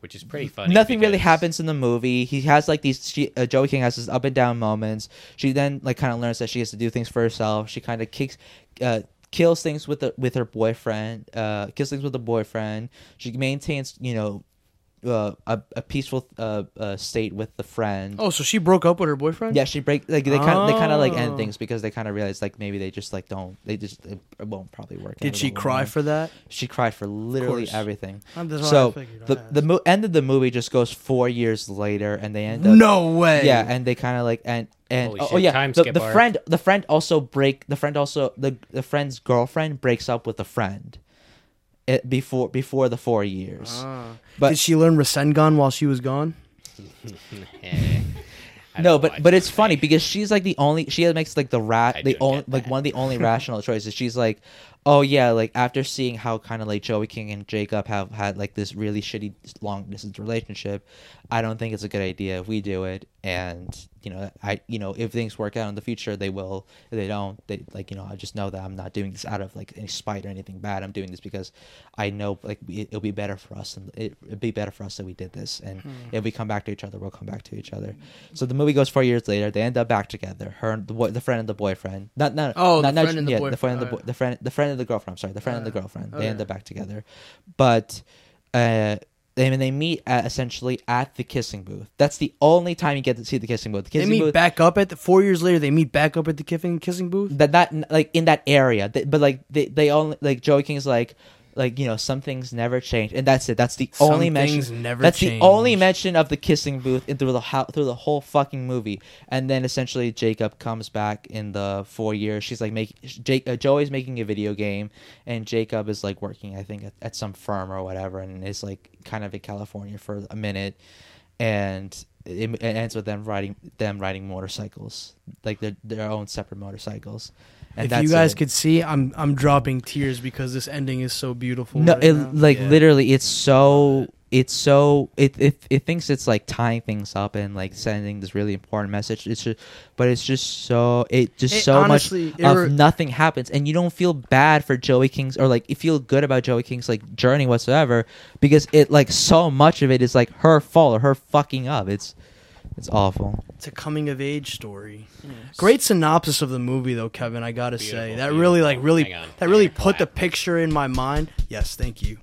D: Which is pretty funny.
A: Nothing really
D: because-
A: happens in the movie. He has like these. She, uh, Joey King has his up and down moments. She then like kind of learns that she has to do things for herself. She kind of kicks, uh, kills things with the, with her boyfriend. Uh, kills things with the boyfriend. She maintains you know, uh, a, a peaceful uh, uh, state with the friend.
C: Oh, so she broke up with her boyfriend?
A: Yeah, she break like they kind of they kind of like end
C: Oh.
A: things because they kind of realize like maybe they just like don't they just it won't probably work. out in
C: Did she
A: the long
C: cry
A: run.
C: for that?
A: She cried for literally
C: course.
A: everything.
C: Um, that's what I
A: so
C: figured,
A: the
C: I'd
A: the mo- end of the movie just goes four years later, and they end up
C: No way.
A: yeah, and they kind of like and and
D: Holy
A: oh,
D: shit,
A: yeah,
D: time
A: the,
D: skip
A: the
D: arc.
A: friend the friend also break the friend also the the friend's girlfriend breaks up with the friend, it, before before the four years. but
C: Ah. Did she learn Rasengan while she was gone?
D: Eh, I
A: no,
D: don't
A: but
D: watch
A: but it's
D: that
A: funny
D: thing.
A: because she's like the only she makes like the
D: I
A: rat the
D: don't
A: only
D: get
A: like
D: that.
A: one of the only rational choices. She's like, oh yeah, like after seeing how kind of like Joey King and Jacob have had like this really shitty long distance relationship, I don't think it's a good idea if we do it. And you know, I you know if things work out in the future, they will. If they don't, they like you know I just know that I'm not doing this out of like any spite or anything bad. I'm doing this because I know like it, it'll be better for us and it, it'd be better for us that we did this. And
C: Hmm.
A: if we come back to each other, we'll come back to each other. So the movie goes four years later. They end up back together. Her, and the, boy- the friend and the boyfriend. Not not
C: Oh,
A: not,
C: the
A: not-
C: friend and the oh,
A: yeah, the friend and the,
C: boyfriend.
A: boy- the friend the friend and the girlfriend. I'm sorry, the friend and the
C: Uh,
A: girlfriend. They
C: okay.
A: end up back together, but. Uh, they, and they meet at, essentially at the kissing booth. That's the only time you get to see the kissing booth. The
C: They
A: kissing
C: meet
A: booth,
C: back up at the four years later. They meet back up at the kissing kissing booth.
A: that that like in that area They- but like they they only like joey king's like like you know some things never change and that's it that's the
C: Some
A: only mention
C: things never
A: that's
C: change.
A: the only mention of the kissing booth in, through the ho- through the whole fucking movie and then essentially jacob comes back in the four years she's like making jake uh, joey's making a video game and jacob is like working i think at, at some firm or whatever and is like kind of in california for a minute and it, it ends with them riding them riding motorcycles like their their own separate motorcycles. And
C: if you guys
A: it.
C: could see, I'm I'm dropping tears because this ending is so beautiful.
A: no,
C: right
A: it,
C: now.
A: like
C: Yeah.
A: literally, it's so it's so it, it it thinks it's like tying things up and like sending this really important message. It's just, but it's just so it just
C: It
A: so
C: honestly-
A: much
C: it
A: of
C: re-
A: nothing happens, and you don't feel bad for Joey King's or like you feel good about Joey King's like journey whatsoever because it like so much of it is like her fault or her fucking up. It's it's awful.
C: It's a coming of age story. Great synopsis of the movie, though, Kevin. I gotta say
D: Beautiful,
C: that really, like,
D: beautiful.
C: really,
D: Hang on.
C: that really
D: Hang on.
C: put the
D: Clap.
C: picture in my mind. Yes, thank you.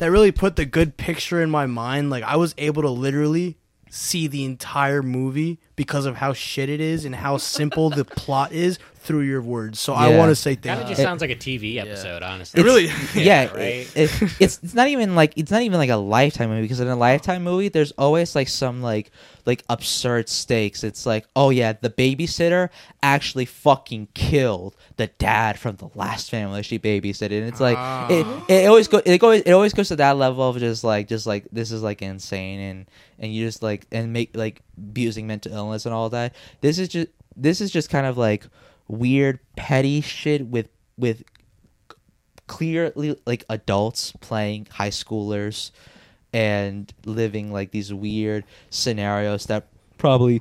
C: That really put the good picture in my mind. Like I was able to literally see the entire movie because of how shit it is and how simple the plot is through your words. So
A: Yeah.
C: I want to say
D: Kind
C: thank
D: of
C: you.
D: just sounds like a TV episode, honestly.
A: It's-
B: really-
A: yeah,
D: Yeah, right?
A: it- it- it's it's not even like it's not even like a lifetime movie because in a lifetime movie there's always like some like like absurd stakes. It's like oh yeah, the babysitter actually fucking killed the dad from the last family she babysitted. And it's like it, it always go it goes it always goes to that level of just like just like this is like insane and and you just like and make like abusing mental illness and all that. This is just this is just kind of like weird petty shit with with clearly like adults playing high schoolers and living like these weird scenarios that probably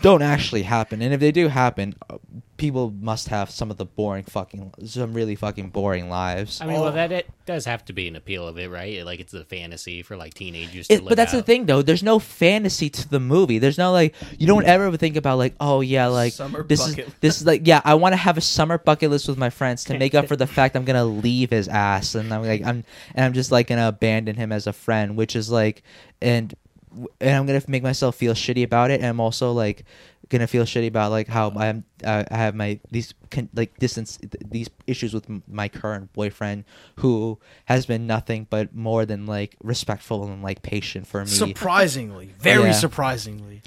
A: don't actually happen and if they do happen uh, people must have some of the boring fucking some really fucking boring lives
D: I mean, well, that it does have to be an appeal of it, right? Like it's a fantasy for like teenagers. To
A: It-
D: live
A: but that's the
D: out.
A: thing though there's no fantasy to the movie there's no like you don't ever think about like oh yeah like
B: Summer
A: this
B: bucket
A: is this is like yeah i want to have a summer bucket list with my friends to make up for the fact i'm gonna leave his ass and i'm like i'm and i'm just like gonna abandon him as a friend which is like and and i'm gonna make myself feel shitty about it and i'm also like gonna feel shitty about like how i'm uh, i have my these con- like distance these issues with m- my current boyfriend who has been nothing but more than like respectful and like patient for me
C: Surprisingly, very
A: Yeah.
C: surprisingly.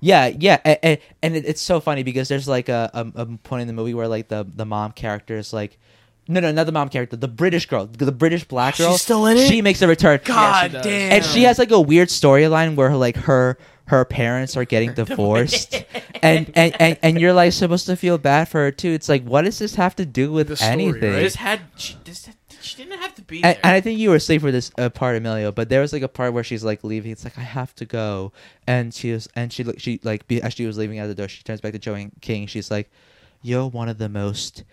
A: yeah, yeah, and, and, and it, it's so funny because there's like a, a, a point in the movie where like the the mom character is like, no, no, not the mom character, the British girl, the British black
C: She's
A: girl.
C: still in it?
A: She makes a return.
C: God
B: does.
C: damn.
A: and she has like a weird storyline where like her her parents are getting divorced, and, and and and you're like supposed to feel bad for her too. It's like, what does this have to do with
C: The story,
A: anything?
C: right?
B: This had she, this, had- she didn't have to be
A: and,
B: there.
A: and I think you were asleep for this uh, part, Emilio. But there was like a part where she's like leaving. It's like I have to go, and she was and she like she like be, as she was leaving out the door, she turns back to Joey King. She's like, "You're one of the most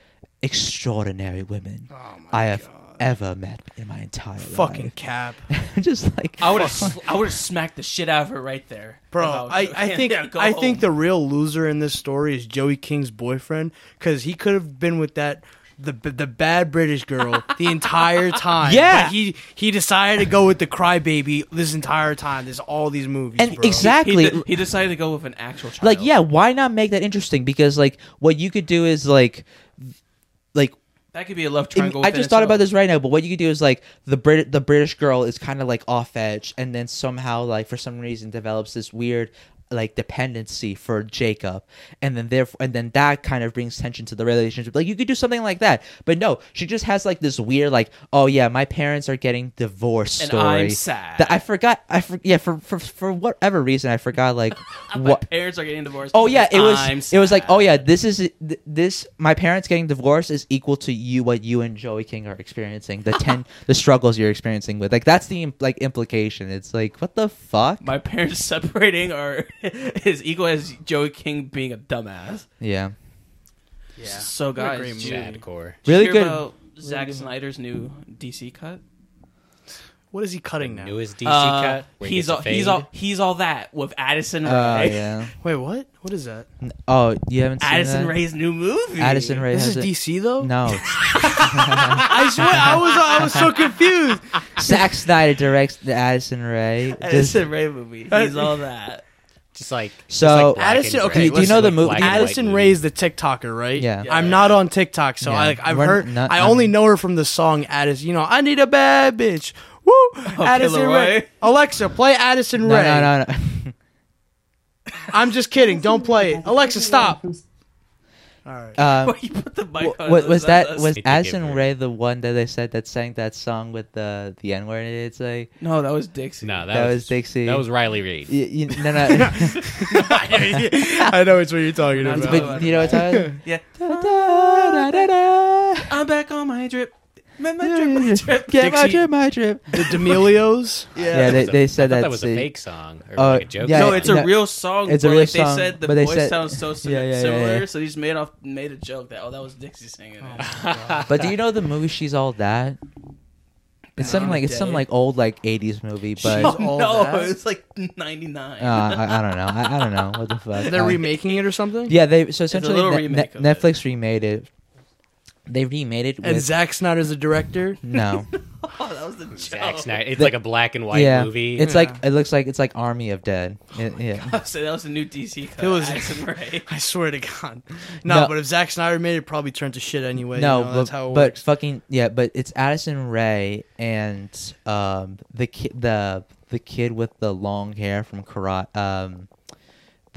A: extraordinary women I have ever met in my entire
C: Fucking
A: life."
C: cap.
A: just like
B: I would have sl- I would have smacked the shit out of her right there,
C: Bro,
B: If was
C: I,
B: her.
C: I think
B: Yeah, go
C: I think
B: home.
C: the real loser in this story is Joey King's boyfriend because he could have been with that the the bad British girl the entire time.
A: Yeah.
C: But he he decided to go with the crybaby this entire time. There's all these movies,
A: And
C: bro.
A: exact-
B: He de-
A: Exactly.
B: he decided to go with an actual child.
A: like yeah. Why not make that interesting? Because like what you could do is like like
B: that could be a love
A: Im-
B: triangle.
A: I
B: within
A: just thought about
B: itself.
A: this right now, but what you could do is like the Brit the British girl is kind of like off edge, and then somehow like for some reason develops this weird like dependency for Jacob, and then therefore and then that kind of brings tension to the relationship. Like you could do something like that, but no, she just has like this weird like oh yeah, my parents are getting divorced
B: And
A: story.
B: I'm sad.
A: That I forgot. I for, yeah for for for whatever reason I forgot like what
B: Parents are getting divorced.
A: Oh yeah, it was.
B: I'm
A: it was like,
B: sad.
A: oh yeah, this is th- this. My parents getting divorced is equal to you what you and Joey King are experiencing. The ten, the struggles you're experiencing with. Like that's the im- like implication. It's like what the fuck.
B: my parents separating are is equal as Joey King being a dumbass.
A: Yeah,
C: yeah.
B: So
C: What a
B: guys,
C: great
B: did
C: movie.
B: you-
D: Sad core.
B: did you
A: Really
B: hear
A: good.
B: About Zack Snyder's new DC cut.
C: What is he cutting now?
D: Newest DC
B: Uh,
D: cut. where he
B: he's
D: gets a
B: all he's
D: fade.
B: all he's all that with Addison
A: Oh
B: Rae.
A: yeah.
C: Wait, what? What is that?
A: N- Oh, you haven't seen
B: Addison
A: that?
B: Ray's new movie.
A: Addison Ray
C: This
A: has
C: is
A: it.
C: DC though.
A: No,
C: I swear, I was I was so confused.
A: Zack Snyder directs the Addison Ray. Just-
B: Addison Ray movie. He's all that.
D: just like
A: So-
D: just like black
C: Addison-
D: and
C: okay,
D: gray.
C: do you
D: Just
A: know the
D: like
A: movie-
D: black and white
C: Addison
D: movie.
C: Ray is the TikToker, right?
A: Yeah.
B: Yeah.
C: I'm not on TikTok, so I like I've
A: We're
C: heard.
A: not-
C: I
A: I'm-
C: only know her from the song Addison. You know, I need a bad bitch. Woo! Addison
B: Killer
C: Ray.
B: Ray.
C: Alexa, play Addison
A: Oh, no,
C: Ray.
A: no, no, no.
C: I'm just kidding. Don't play it. Alexa, stop. All right.
A: Um,
B: Wait, you put the mic
A: What,
B: on.
A: was, that
B: us.
A: was
D: Need to give
A: Addison
D: her-
A: Ray the one that they said that sang that song with the the N word? It's like
B: no, that was Dixie.
D: No, that,
A: that
D: was,
A: was Dixie.
D: that was Riley Reed.
A: Y- you- no, no.
C: I know it's what you're talking
B: Not
C: about.
B: to
A: But
B: Well,
A: you know what time?
B: Yeah.
A: Da-da-da-da-da.
B: I'm back on my drip. My, my drip, my drip.
A: Get my
C: Dixie-
A: drip, my drip.
C: the D'Amelios.
A: Yeah, they,
D: That was a-
A: they
D: I
A: said
D: thought
A: that.
D: that was a
A: see.
D: fake song or
A: Oh,
D: like a joke.
A: yeah,
B: no,
D: song.
B: it's
A: yeah.
B: a real song.
A: It's
B: It's
A: a real
B: like they
A: song,
B: said the
A: but they
B: voice
A: said-
B: sounds so sim-
A: Yeah, yeah, yeah,
B: similar,
A: yeah.
B: so they just made off made a joke that oh that was Dixie singing it.
A: Oh. But do you know the movie She's All That? It's something
B: in
A: like
B: the
A: it's some
B: day.
A: like old like '80s movie, but
C: She's
A: uh,
C: All-
B: oh, no,
C: that?
B: it's like ninety nine.
A: I, I don't know. I, I don't know what the fuck.
C: They're
A: Uh,
C: remaking it or something.
A: yeah, they so essentially
B: little
A: Ne-
B: remake
A: Ne-
B: of it.
A: Netflix remade it, They remade it with
C: And Zack Snyder's the director.
A: no,
B: Oh,
D: Zack Snyder. It's like a black and white
A: yeah,
D: movie.
A: it's like it looks like it's like Army of Dead. It- yeah,
B: so that was a new DC. Cut.
C: It was-
B: Addison Rae.
C: I swear to God. No,
A: No.
C: but if Zack Snyder made it, it'd probably turned to shit anyway.
A: no,
C: you know,
A: but,
C: that's how it
A: but
C: works.
A: fucking yeah, but it's Addison Ray and um the kid the the kid with the long hair from karate um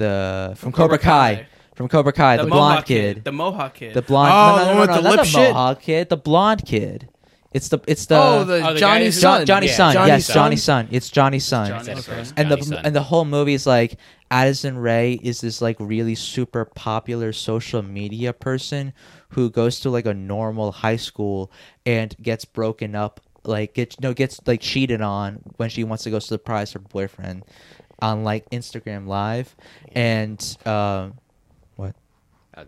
A: the from, Cobra
B: Cobra
A: Kai.
B: Kai.
A: from Cobra Kai the, blonde
B: Mohawk
A: kid.
B: The Mohawk kid.
A: The blonde. no,
C: Oh, the
A: no, no,
C: one with
A: no,
C: the
A: not
C: lip
A: the
C: shit?
A: Mohawk kid. The blonde kid. It's the it's the
C: oh, the
D: Oh, the guy
C: Johnny's
D: who's-
C: son.
A: John, Johnny's
D: yeah.
A: son.
D: Johnny's
A: yes,
C: son?
A: Johnny's son. It's Johnny's son.
B: Johnny's
D: Instead of
B: son.
D: first,
A: And the
D: Johnny's son.
A: and the whole movie is like Addison Ray is this like really super popular social media person who goes to like a normal high school and gets broken up like gets no gets like cheated on when she wants to go surprise her boyfriend on like Instagram live and um what
D: Uh,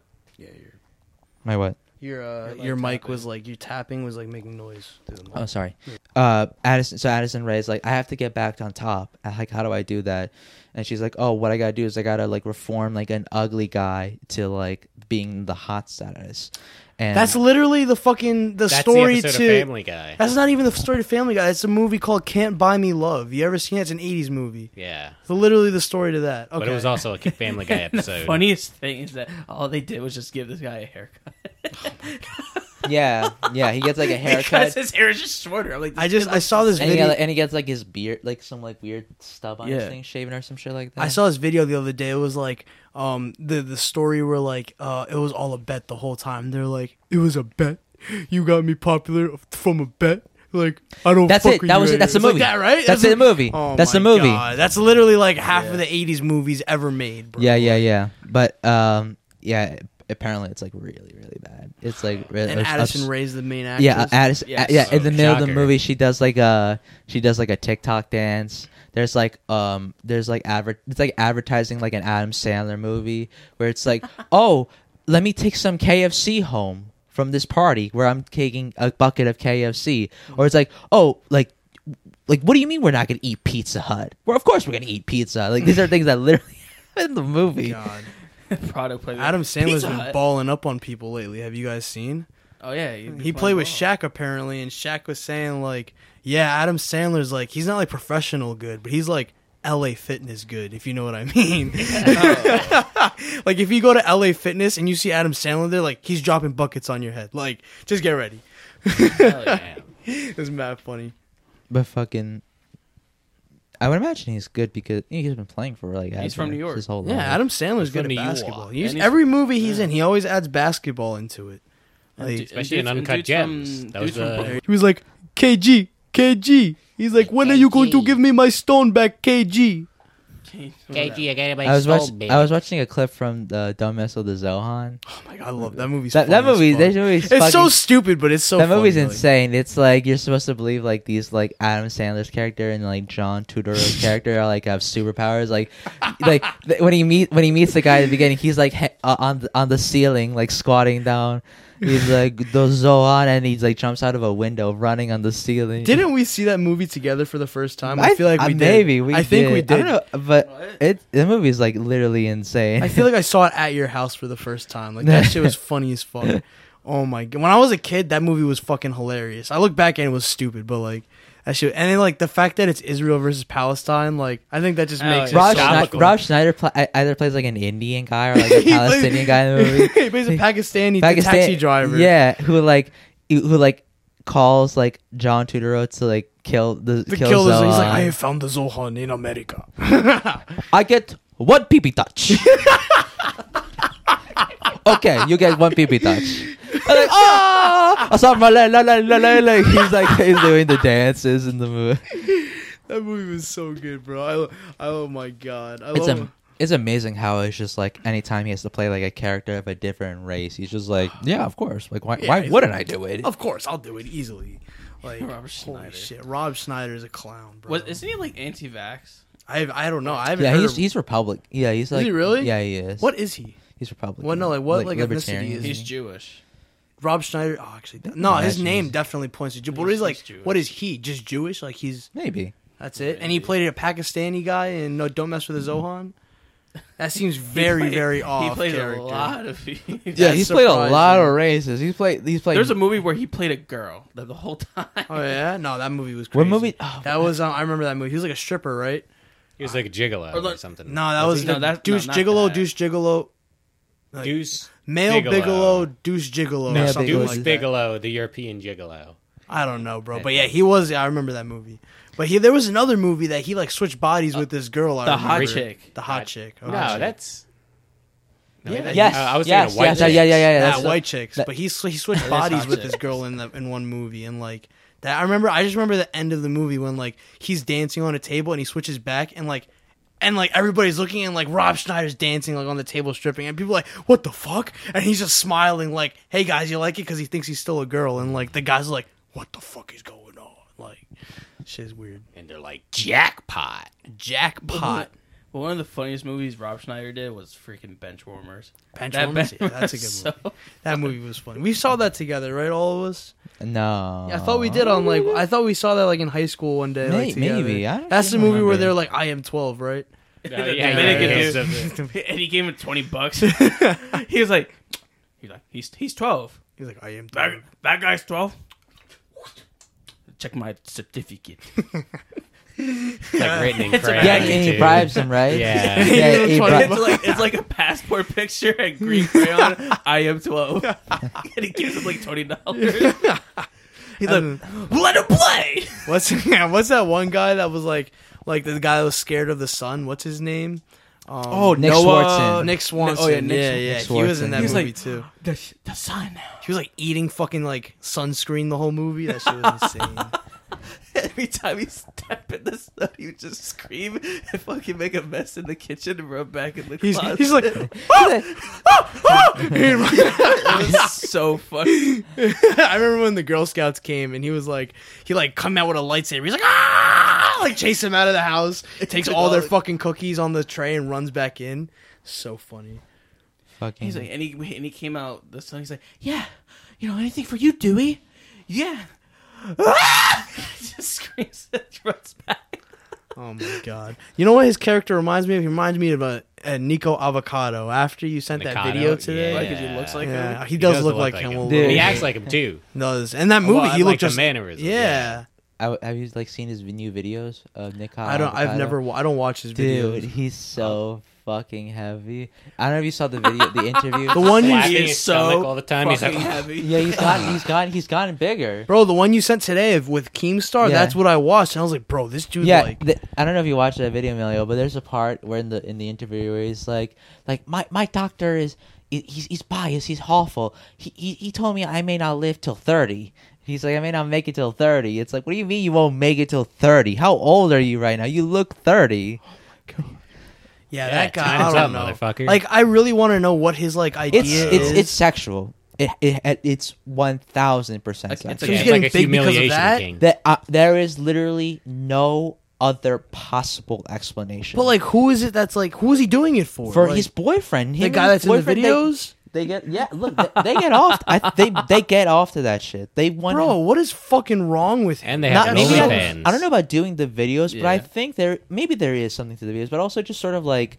A: my what
C: Your uh, your mic was like your tapping was like making noise. Through the mic.
A: Oh, sorry. Uh, Addison. So Addison Ray's like, I have to get back on top. I- Like, how do I do that? And she's like, Oh, what I gotta do is I gotta like reform like an ugly guy to like being the hot status. And
C: that's literally the fucking the
D: That's
C: story
D: the episode
C: to.
D: of Family Guy.
C: That's not even the story to Family Guy. It's a movie called Can't Buy Me Love. You ever seen it? It's an '80s movie.
D: Yeah,
C: So literally the story to that. Okay.
D: but it was also a Family Guy episode.
B: funniest thing is that all they did was just give this guy a haircut.
A: yeah, yeah. He gets like a
B: because
A: haircut,
B: his hair is just shorter. I'm like,
C: I just I saw this
A: and he,
C: video.
A: got- and he gets like his beard, like some like weird stub on his
B: Yeah.
A: thing, shaven or some shit like that.
C: I saw this video the other day. It was like um the the story where like uh it was all a bet the whole time. They're like it was a bet. You got me popular from a bet. Like I don't.
A: That's
C: fuck
A: it.
C: With
A: That
C: you
A: was it.
C: anymore."
A: That's the
C: It's like
A: movie.
C: that, right?
A: That's the
C: it.
A: movie.
C: Oh
A: That's the
C: my
A: movie.
C: God. That's literally like half of the '80s movies ever made. Bro.
A: Yeah, yeah, yeah. But um, yeah. Apparently, it's like really, really bad. It's like really,
C: And
A: it's
C: Addison
A: ups-
C: Ray's the main actress.
A: Yeah, uh, Addis,
B: Yes.
A: uh, yeah. In the
D: Oh,
A: middle of the
D: shocker.
A: movie, she does like a she does like a TikTok dance. There's like um there's like adver- it's like advertising like an Adam Sandler movie where it's like oh let me take some KFC home from this party where I'm taking a bucket of KFC or it's like oh like like what do you mean we're not gonna eat Pizza Hut? Well, of course we're gonna eat pizza. Like these are things that literally in the movie.
C: God.
B: product play.
C: Adam Sandler's
B: Pizza
C: been
B: Hut.
C: balling up on people lately. Have you guys seen?
B: Oh yeah, he,
C: He played with Shaq apparently, and Shaq was saying like, "Yeah, Adam Sandler's like he's not like professional good, but he's like L.A. Fitness good, if you know what I mean." like if you go to L.A. Fitness and you see Adam Sandler there, like he's dropping buckets on your head. Like just get ready.
D: Yeah.
C: It's mad funny.
A: But fucking. I would imagine he's good because he's been playing for like
B: He's from New York.
A: his whole
C: Yeah,
A: life.
C: Adam Sandler's
D: He's from
C: good at
D: New York,
C: basketball.
D: and
C: He's,
B: he's-
C: every movie he's in, he always adds basketball into it. Like,
D: Especially in Uncut Gems. That was the-
C: He was uh, like, KG, KG. He's like, when are you going to
D: KG.
C: give me my stone back, KG?
D: KG, I got it by
A: I was
D: Soul
A: watching.
D: Baby.
A: I was watching a clip from the Dumb Missile the Zohan.
C: Oh my god, I love that movie.
A: That, that movie. That movie's
C: It's so
A: fucking-
C: stupid, but it's so.
A: that movie's
C: funny, like-
A: insane. It's like you're supposed to believe like these like Adam Sandler's character and like John Tudor's character are like have superpowers. Like, like th- when he meet when he meets the guy at the beginning, he's like he- uh, on the, on the ceiling, like squatting down. He's like the Zohan, and he's like jumps out of a window, running on the ceiling.
C: Didn't we see that movie together for the first time? I, feel like
A: uh,
C: we did.
A: maybe we
C: I think we did.
A: I don't know, but it the movie is like literally insane.
C: I feel like I saw it at your house for the first time. Like that shit was funny as fuck. Oh my god! When I was a kid, that movie was fucking hilarious. I look back and it was stupid, but like that shit. And then like the fact that it's Israel versus Palestine, like I think that just
B: Oh,
C: makes
B: yeah.
A: Rob,
C: it
B: so
A: Schneider,
B: comical.
A: Rob Schneider pl- e- either plays like an Indian guy or like a
C: He plays-
A: Palestinian guy in the movie.
C: he plays a Pakistani
A: Pakistan-
C: taxi driver.
A: Yeah, who like who like calls like John Tudor to like kill the,
C: The
A: kill
C: killer is he's like,
A: Zohan.
C: I have found the Zohan in America.
A: I get one peepee touch. okay, you get one peepee touch. I'm like, oh, I saw my la la la la la. la." He's like, he's doing the dances in the movie.
C: That movie was so good, bro. I, lo- I oh my god, I
A: It's
C: love.
A: am- it's amazing how it's just like anytime he has to play like a character of a different race, he's just like, yeah, of course. Like, why, why
C: he's
A: wouldn't I do it?
C: Of course, I'll do it easily. Like
B: Robert
C: holy
B: Schneider.
C: shit, Rob Schneider is a clown, bro.
B: Was, isn't he like anti-vax?
C: I I don't know. I haven't
A: Yeah,
C: heard.
A: he's
C: of-
A: he's Republic. Yeah, he's like
C: he really?
A: Yeah, he is.
C: what is he?
A: He's Republican.
C: Well, no, like, what, like, ethnicity
A: libertarian.
C: is he?
B: He's Jewish.
C: Rob Schneider. Oh, actually, no, his
A: actually,
C: name
A: he's-
C: definitely points to Jew. But
B: He's-
C: he's like,
B: he's Jewish.
C: what is he? Just Jewish? Like he's
A: Maybe.
C: that's it. And he played a Pakistani guy in No, Don't Mess with the Zohan. That seems very,
B: He play-
C: very off.
B: He plays
C: character.
B: a lot of. yeah,
A: Yeah,
C: That's
A: he's played a lot
C: surprising.
A: of races. He's played. He's played.
B: there's a movie where he played a girl the, the whole time.
C: Oh yeah, no, that movie was
A: What
C: crazy.
A: movie- oh,
C: that was. Um, I remember that movie. He was like a stripper, right?
D: He was like a gigolo
B: Or
D: or,
B: like-
D: something.
C: No, that was,
B: he?
C: the
B: No, that-
C: Deuce
B: no, not
C: Gigolo,
B: that.
C: Deuce Gigolo,
D: Deuce
C: male
D: Bigelow.
C: Bigelow, Deuce Gigolo,
A: Male
C: or something
A: Bigelow.
D: Deuce
C: like that.
D: Bigelow, the European gigolo.
C: I don't know, bro, but yeah, he was. I remember that movie. But he, there was another movie that he like switched bodies with this girl. I
B: the hot
C: remember.
B: chick.
C: The hot
D: Hot-
C: chick. Oh,
D: No,
C: hot chick.
D: that's. No,
C: Yeah,
D: that-
A: yes,
D: uh, I was
A: yes,
D: thinking of white.
A: yes, yeah, yeah, yeah, yeah.
C: yeah,
A: that's the-
C: white chicks.
A: that-
C: but he sw- he switched
B: is
C: bodies
B: hot
C: with
B: chicks.
C: this girl in the in one movie, and like that. I remember. I just remember the end of the movie when like he's dancing on a table and he switches back and like. And like everybody's looking, and like Rob Schneider's dancing like on the table stripping, and people are like, "What the fuck?" And he's just smiling, like, "Hey guys, you like it?" Because he thinks he's still a girl, and like the guys are like, "What the fuck is going on?" Like, shit's weird.
D: And they're like jackpot.
C: Jackpot.
B: But one of the funniest movies Rob Schneider did was freaking Benchwarmers.
C: Benchwarmers? Yeah, that's a good
B: so-
C: That movie was funny. We saw that together, right? All of us.
A: no.
C: I thought we did on like I thought we saw that like in high school one day.
A: May-
C: like, together.
A: maybe. I don't
C: that's the
A: even
C: movie where
A: remember.
C: they're like, "I am 12," right?
D: No,
B: The
D: yeah,
B: Dominican
D: yeah,
B: dude.
D: yeah.
B: and he gave him twenty bucks. he was like, he's like, he's he's twelve.
C: He's like, "I am 12."
B: That, that guy's twelve. Check my certificate.
D: It's like written in crayon.
A: Yeah, and he
D: too.
A: bribes him, right?
D: Yeah.
A: yeah he
C: Funny,
A: bribes.
B: It's like it's like a passport picture at green crayon. I am twelve, and he gives him like twenty dollars.
C: He's
B: like,
C: like,
B: Let him play.
C: "What's yeah, what's that one guy that was like like the guy that was scared of the sun? What's his name?" Um,
A: Oh, Nick Swartzen.
C: Nick Swanson.
B: Oh, yeah, Nick
C: yeah,
A: Nick
B: Swan-
C: yeah. He was
A: Swartzen.
C: in that
A: He
B: was
C: movie
B: like-
C: too.
B: The the sun.
C: He was like eating fucking like sunscreen the whole movie. That shit was insane.
B: Every time he step in the sun, he would just scream and fucking make a mess in the kitchen and run back in the
C: He's
B: closet.
C: he's like,
B: "Ah, it was so funny.
C: I remember when the Girl Scouts came and he was like, he like come out with a lightsaber. He's like, ah, like chase him out of the house. takes
B: took
C: all
B: all
C: their
B: the-
C: fucking cookies on the tray and runs back in. So funny.
A: Fucking.
B: He's like, and he and he came out the sun. He's like, yeah, you know, anything for you, Dewey? Yeah. just screams and runs back.
C: Oh my god. You know what his character reminds me of? He reminds me of a, a Nico Avocado. After you sent that
D: Nikocado?
C: video today,
D: Yeah.
B: Like, 'cause he looks like
C: Yeah,
B: him.
C: he, does look, like, him. a little
A: Dude.
D: He
C: bit.
D: acts like him too.
C: does. And that movie,
D: Well, I
C: he
D: like
C: looked
D: the
C: just
D: mannerisms,
C: Yeah.
D: yeah.
A: I, have you like seen his new videos of Nick?
C: I don't. I've
A: Avocado?
C: never. wa- I don't watch his
A: Dude,
C: videos. Uh,
A: he's so fucking heavy. I don't know if you saw the video, the interview.
C: The one you
D: Flapping
B: is
D: his
B: so
D: stomach all the time. He's
B: Fucking
D: like,
B: heavy.
A: yeah, he's gotten, he's gotten, he's gotten bigger.
C: Bro, the one you sent today of- with Keemstar,
A: Yeah.
C: that's what I watched. And I was like, bro, this dude,
A: yeah,
C: like,
A: th- I don't know if you watched that video, Emilio, but there's a part where in the in the interview where he's like, like my my doctor is he- he's he's biased, he's awful. He he, he told me I may not live till thirty. He's like, I may not make it till thirty. It's like, what do you mean you won't make it till thirty? How old are you right now? You look thirty.
C: Yeah,
D: Yeah,
C: that guy. I
D: time's
C: don't
D: up,
C: know.
D: motherfucker.
C: Like, I really want to know what his like idea
A: It's
C: is.
A: it's it's sexual. It, it it's one thousand percent.
B: Like, it's
A: sexual.
C: he's
D: yeah,
C: getting
D: like a
C: big because of
D: humiliation
C: that?
D: king.
A: that uh, there is literally no other possible explanation.
C: but like, who is it that's like? Who is he doing it for?
A: for
C: Like,
A: his boyfriend, him
C: the
A: and his
C: guy that's in the
A: boyfriend,
C: videos.
A: They, they get yeah. Look, they, they get off. I, they they get off to that shit. They want
C: Bro, what is fucking wrong with him?
D: and they have
A: not
D: an
A: maybe
D: OnlyFans.
A: I, I don't know about doing the videos, but I
B: Yeah.
A: think there maybe there is something to the videos, but also just sort of like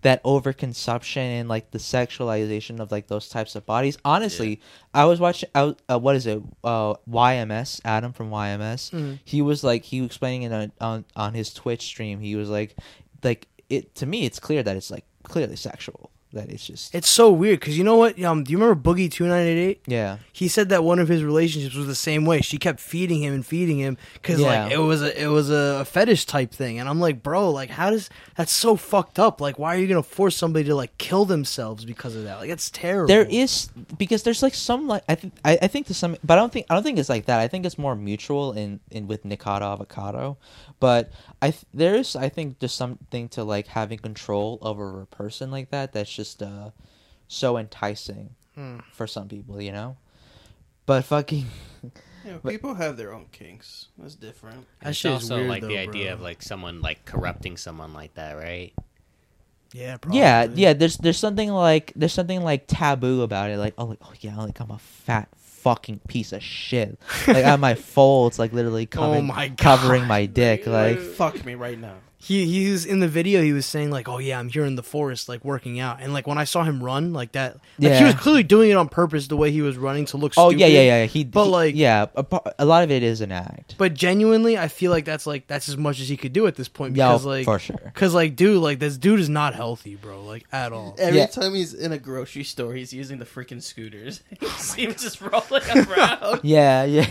A: that overconsumption and like the sexualization of like those types of bodies. Honestly, I was watching. I was, uh, what is it? Uh, YMS Adam from YMS. He was like he was explaining it on, on on his Twitch stream. He was like like it to me. It's clear that it's like clearly sexual. That it's just
C: It's so weird because you know what? Um, do you remember Boogie two nine eight eight?
A: yeah.
C: He said that one of his relationships was the same way. She kept feeding him and feeding him because
A: Yeah.
C: like it was a it was a fetish type thing. And I'm like, bro, like how does that's so fucked up? Like, why are you gonna force somebody to like kill themselves because of that? Like, that's terrible.
A: There is because there's like some like I think I, I think to some but I don't think I don't think it's like that. I think it's more mutual in in with Nikata avocado, but I th- there is I think just something to like having control over a person like that that's just uh so enticing
C: Hmm.
A: for some people, you know. But fucking
B: people have their own kinks. That's different.
C: That
D: It's
C: shit is
D: also
C: weird,
D: like
C: though,
D: the idea
C: bro.
D: of like someone like corrupting someone like that, right?
C: yeah,
A: yeah,
C: probably.
A: yeah. There's there's something like there's something like taboo about it. Like oh like oh yeah like I'm a fat fucking piece of shit. Like on my folds, like literally covering,
C: Oh my God.
A: covering my dick. Like
B: Fuck me right now.
C: He he was in the video. He was saying like, "Oh yeah, I'm here in the forest, like working out." And like when I saw him run like that, like he
A: Yeah.
C: was clearly doing it on purpose. The way he was running to look.
A: oh
C: stupid.
A: yeah, yeah, yeah. He,
C: But,
A: he-
C: like-
A: yeah, a, par- a lot of it is an act.
C: But genuinely, I feel like that's like that's as much as he could do at this point.
A: Yeah,
C: Because like
A: for sure.
C: Because like, dude, like this dude is not healthy, bro. Like at all.
B: Every
A: Yeah.
B: time he's in a grocery store, he's using the freaking scooters. you see him just rolling around.
A: Yeah, yeah,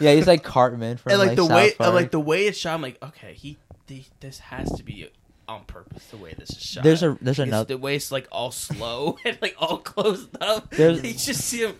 A: yeah. He's like Cartman from
B: and like, the
A: South
B: way,
A: Park.
B: and, like the way it's shot, I'm like, okay, he, the this has to be on purpose. The way this is shot.
A: There's a- there's
B: It's-
A: another-
B: The way it's like all slow and like all closed up.
A: There's-
B: You just see him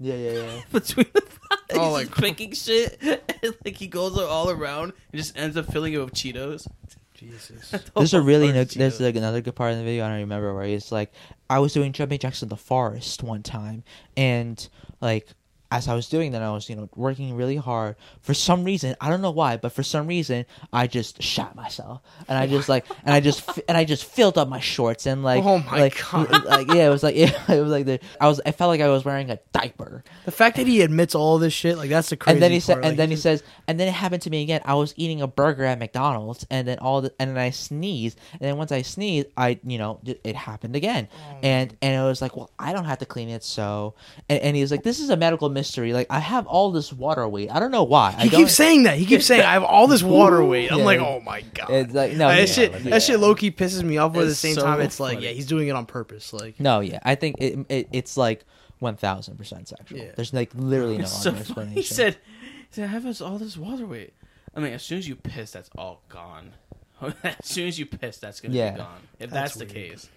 A: yeah, yeah, yeah.
B: between the he's
C: Oh,
B: just picking shit. And, like he goes all around and just ends up filling it with Cheetos. Oh,
C: Jesus.
A: There's a really no,
B: Or
A: there's
B: Cheetos.
A: like another good part in the video I don't remember where he's like I was doing jumping jacks in the forest one time and like as I was doing that I was you know working really hard for some reason I don't know why but for some reason I just shot myself and I just like and I just fi- and I just filled up my shorts and like
C: Oh my
A: like,
C: God.
A: like yeah it was like it, was like the, I was I felt like I was wearing a diaper
C: The fact that he admits all this shit, like that's the crazy.
A: and then he said,
C: part,
A: and
C: like,
A: then he
C: he's-
A: says, and then it happened to me again. I was eating a burger at McDonald's, and then all, the, and then I sneezed, and then once I sneezed, I, you know, it, it happened again,
C: Mm.
A: and and it was like, well, I don't have to clean it, so, and, and he was like, this is a medical mystery. Like I have all this water weight. I don't know why. I
C: He
A: don't,
C: keeps saying that. He keeps saying, "I have all this water weight." I'm
A: Yeah.
C: like, "Oh my god!"
A: It's like no,
C: that
A: yeah,
C: shit,
A: yeah.
C: that shit, low key pisses me off. But at the
B: It's
C: same
B: so
C: time, it's like,
B: funny.
C: yeah, he's doing it on purpose. Like,
A: No, yeah, I think it, it it's like one thousand percent sexual.
C: Yeah.
A: There's like literally no
B: It's so
A: other
B: funny.
A: explanation.
B: He said, he said, I have us all this water weight. I mean, as soon as you piss, that's all gone. as soon as you piss, that's gonna
A: Yeah.
B: be gone. If
C: That's
B: that's, the
C: weird.
B: case,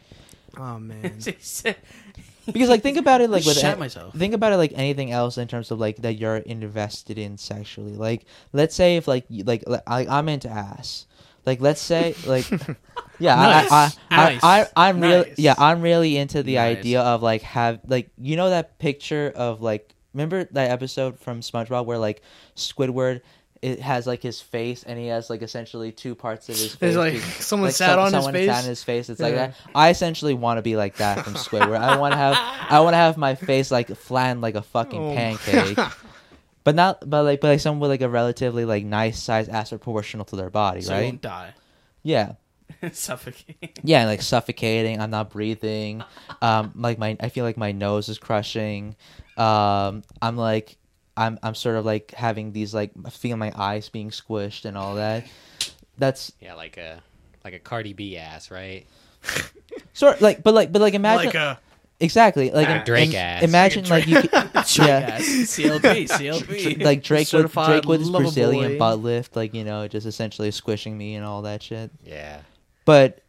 C: oh man,
B: So he said,
A: because like think about it like
B: I
A: with
B: shat
A: an-
B: myself.
A: think about it like anything else in terms of like that you're invested in sexually like let's say if like you- like, like I, i'm into ass like let's say like yeah
C: Nice.
A: I, I, I,
C: Nice.
A: I, I i'm really
B: Nice.
A: yeah i'm really into the
B: Nice.
A: idea of like have like you know that picture of like remember that episode from spongebob where like squidward it has like his face and he has like essentially two parts of his face
C: There's, like,
A: because-
C: someone sat on his
A: someone
C: face?
A: sat on his face it's like
C: Yeah.
A: that i essentially want to be like that from squidward i want to have i want to have my face like flattened like a fucking
C: Oh my-
A: pancake but not but like but like someone with like a relatively like nice size ass proportional to their body
B: so you
A: right
B: won't die.
A: yeah
B: Suffocate.
A: yeah and, like suffocating i'm not breathing um like my i feel like my nose is crushing um i'm like i'm i'm sort of like having these like I feel my eyes being squished and all that that's
D: Yeah, like a like a Cardi B ass, right?
A: sort like but like but like imagine
C: like a
A: exactly like
D: Ah,
A: im-
D: Drake
A: im-
D: ass.
A: imagine like you could,
B: Yes. CLP, CLP.
A: like Drake with
C: Certified
A: Drake with his
C: lover
A: Brazilian
C: boy.
A: butt lift, like you know, just essentially squishing me and all that shit.
D: Yeah.
A: But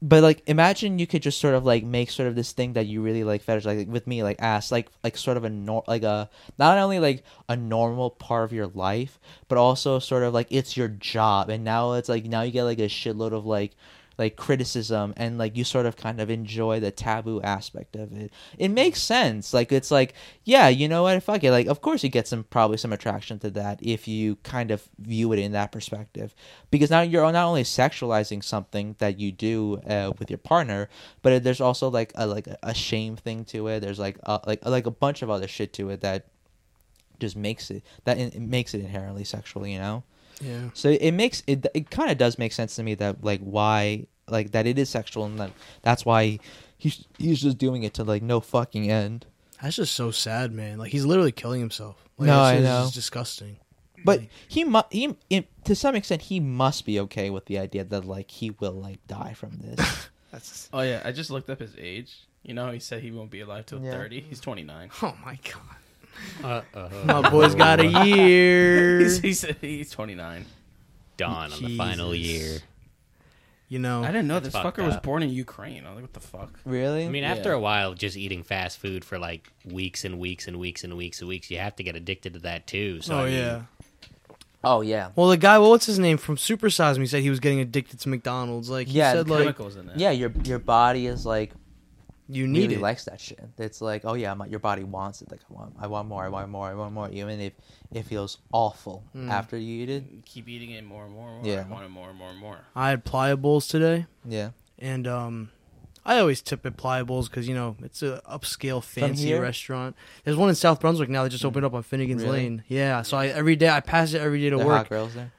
A: but like imagine you could just sort of like make sort of this thing that you really like fetish like with me like ass like like sort of a nor- like a not only like a normal part of your life but also sort of like it's your job and now it's like now you get like a shitload of like like criticism and like you sort of kind of enjoy the taboo aspect of it it makes sense like it's like yeah you know what fuck it like of course you get some probably some attraction to that if you kind of view it in that perspective because now you're not only sexualizing something that you do uh, with your partner but it, there's also like a like a shame thing to it there's like a, like like a bunch of other shit to it that just makes it that in, it makes it inherently sexual you know
C: yeah.
A: so it makes it it kind of does make sense to me that like why like that it is sexual and that that's why he's he's just doing it to like no fucking end.
C: That's just so sad, man. Like he's literally killing himself. Like,
A: No,
C: that
A: I
C: shit is
A: know.
C: just disgusting.
A: But he mu- he it, to some extent he must be okay with the idea that like he will like die from this.
C: That's
B: oh yeah, I just looked up his age. You know, how he said he won't be alive till
A: Yeah.
B: 30. He's 29.
C: oh my god.
D: Uh, uh,
C: My boy's got a year.
B: He's, he said he's 29.
D: dawn on the final
C: Jesus.
D: year.
C: You
B: I
C: know,
B: didn't know this
D: That's fucked
B: fucker was
D: up.
B: born in Ukraine. I was like, what the fuck?
A: really?
D: I mean,
B: Yeah.
D: after a while, just eating fast food for like weeks and weeks and weeks and weeks and weeks, you have to get addicted to that too. So
C: oh
D: I mean,
C: yeah.
A: oh yeah.
C: Well, the guy, well, what's his name from Super Size Me? Said he was getting addicted to McDonald's. Like, he
A: Yeah,
C: said,
A: the
C: like
B: Chemicals in there.
A: Yeah, your your body is like
C: you need
A: really
C: it.
A: likes that shit. It's like, oh yeah, my, your body wants it. Like I want, I want more, I want more, I want more. Even if it feels awful after you eat it.
B: Keep eating it more and more and more.
A: Yeah.
B: I want it more and more and more.
C: I had pliables today,
A: Yeah.
C: and um, I always tip at Pliables because you know it's a upscale fancy
A: here? Mm.
C: restaurant. There's one in South Brunswick now that just opened up on Finnegan's
A: Really?
C: Lane. Yeah, so I every day I pass it every day to
A: They're hot
C: work.
A: girls there.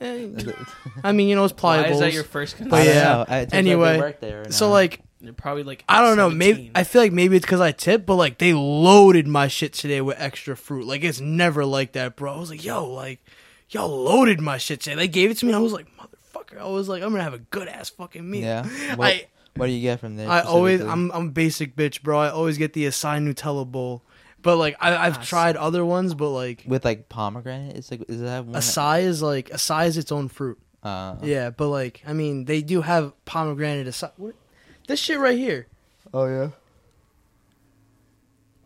C: Eh, I mean, you know, it's
B: Why
C: Pliables.
B: is that your first
C: But
A: I
B: concern?
A: don't
C: yeah.
A: know. I- it turns out they
C: Anyway,
A: work there and,
C: so
A: uh,
C: like
B: You're probably like
C: I don't know. Maybe
B: 17.
C: I feel like maybe it's because I tip, but like they loaded my shit today with extra fruit. Like it's never like that, bro. I was like, yo, like y'all loaded my shit today. They gave it to me. I was like, motherfucker. I was like, I'm gonna have a good ass fucking meal.
A: yeah. What,
C: I
A: what do you get from there?
C: I always
A: specifically?
C: I'm I'm a basic bitch, bro. I always get the assigned Nutella bowl, but like I, I've
B: Nice.
C: tried other ones, but like
A: with like pomegranate. It's like is that one?
C: acai is like acai is its own fruit.
A: uh,
C: Yeah, but like I mean, they do have pomegranate acai. What? This shit right here.
A: Oh yeah.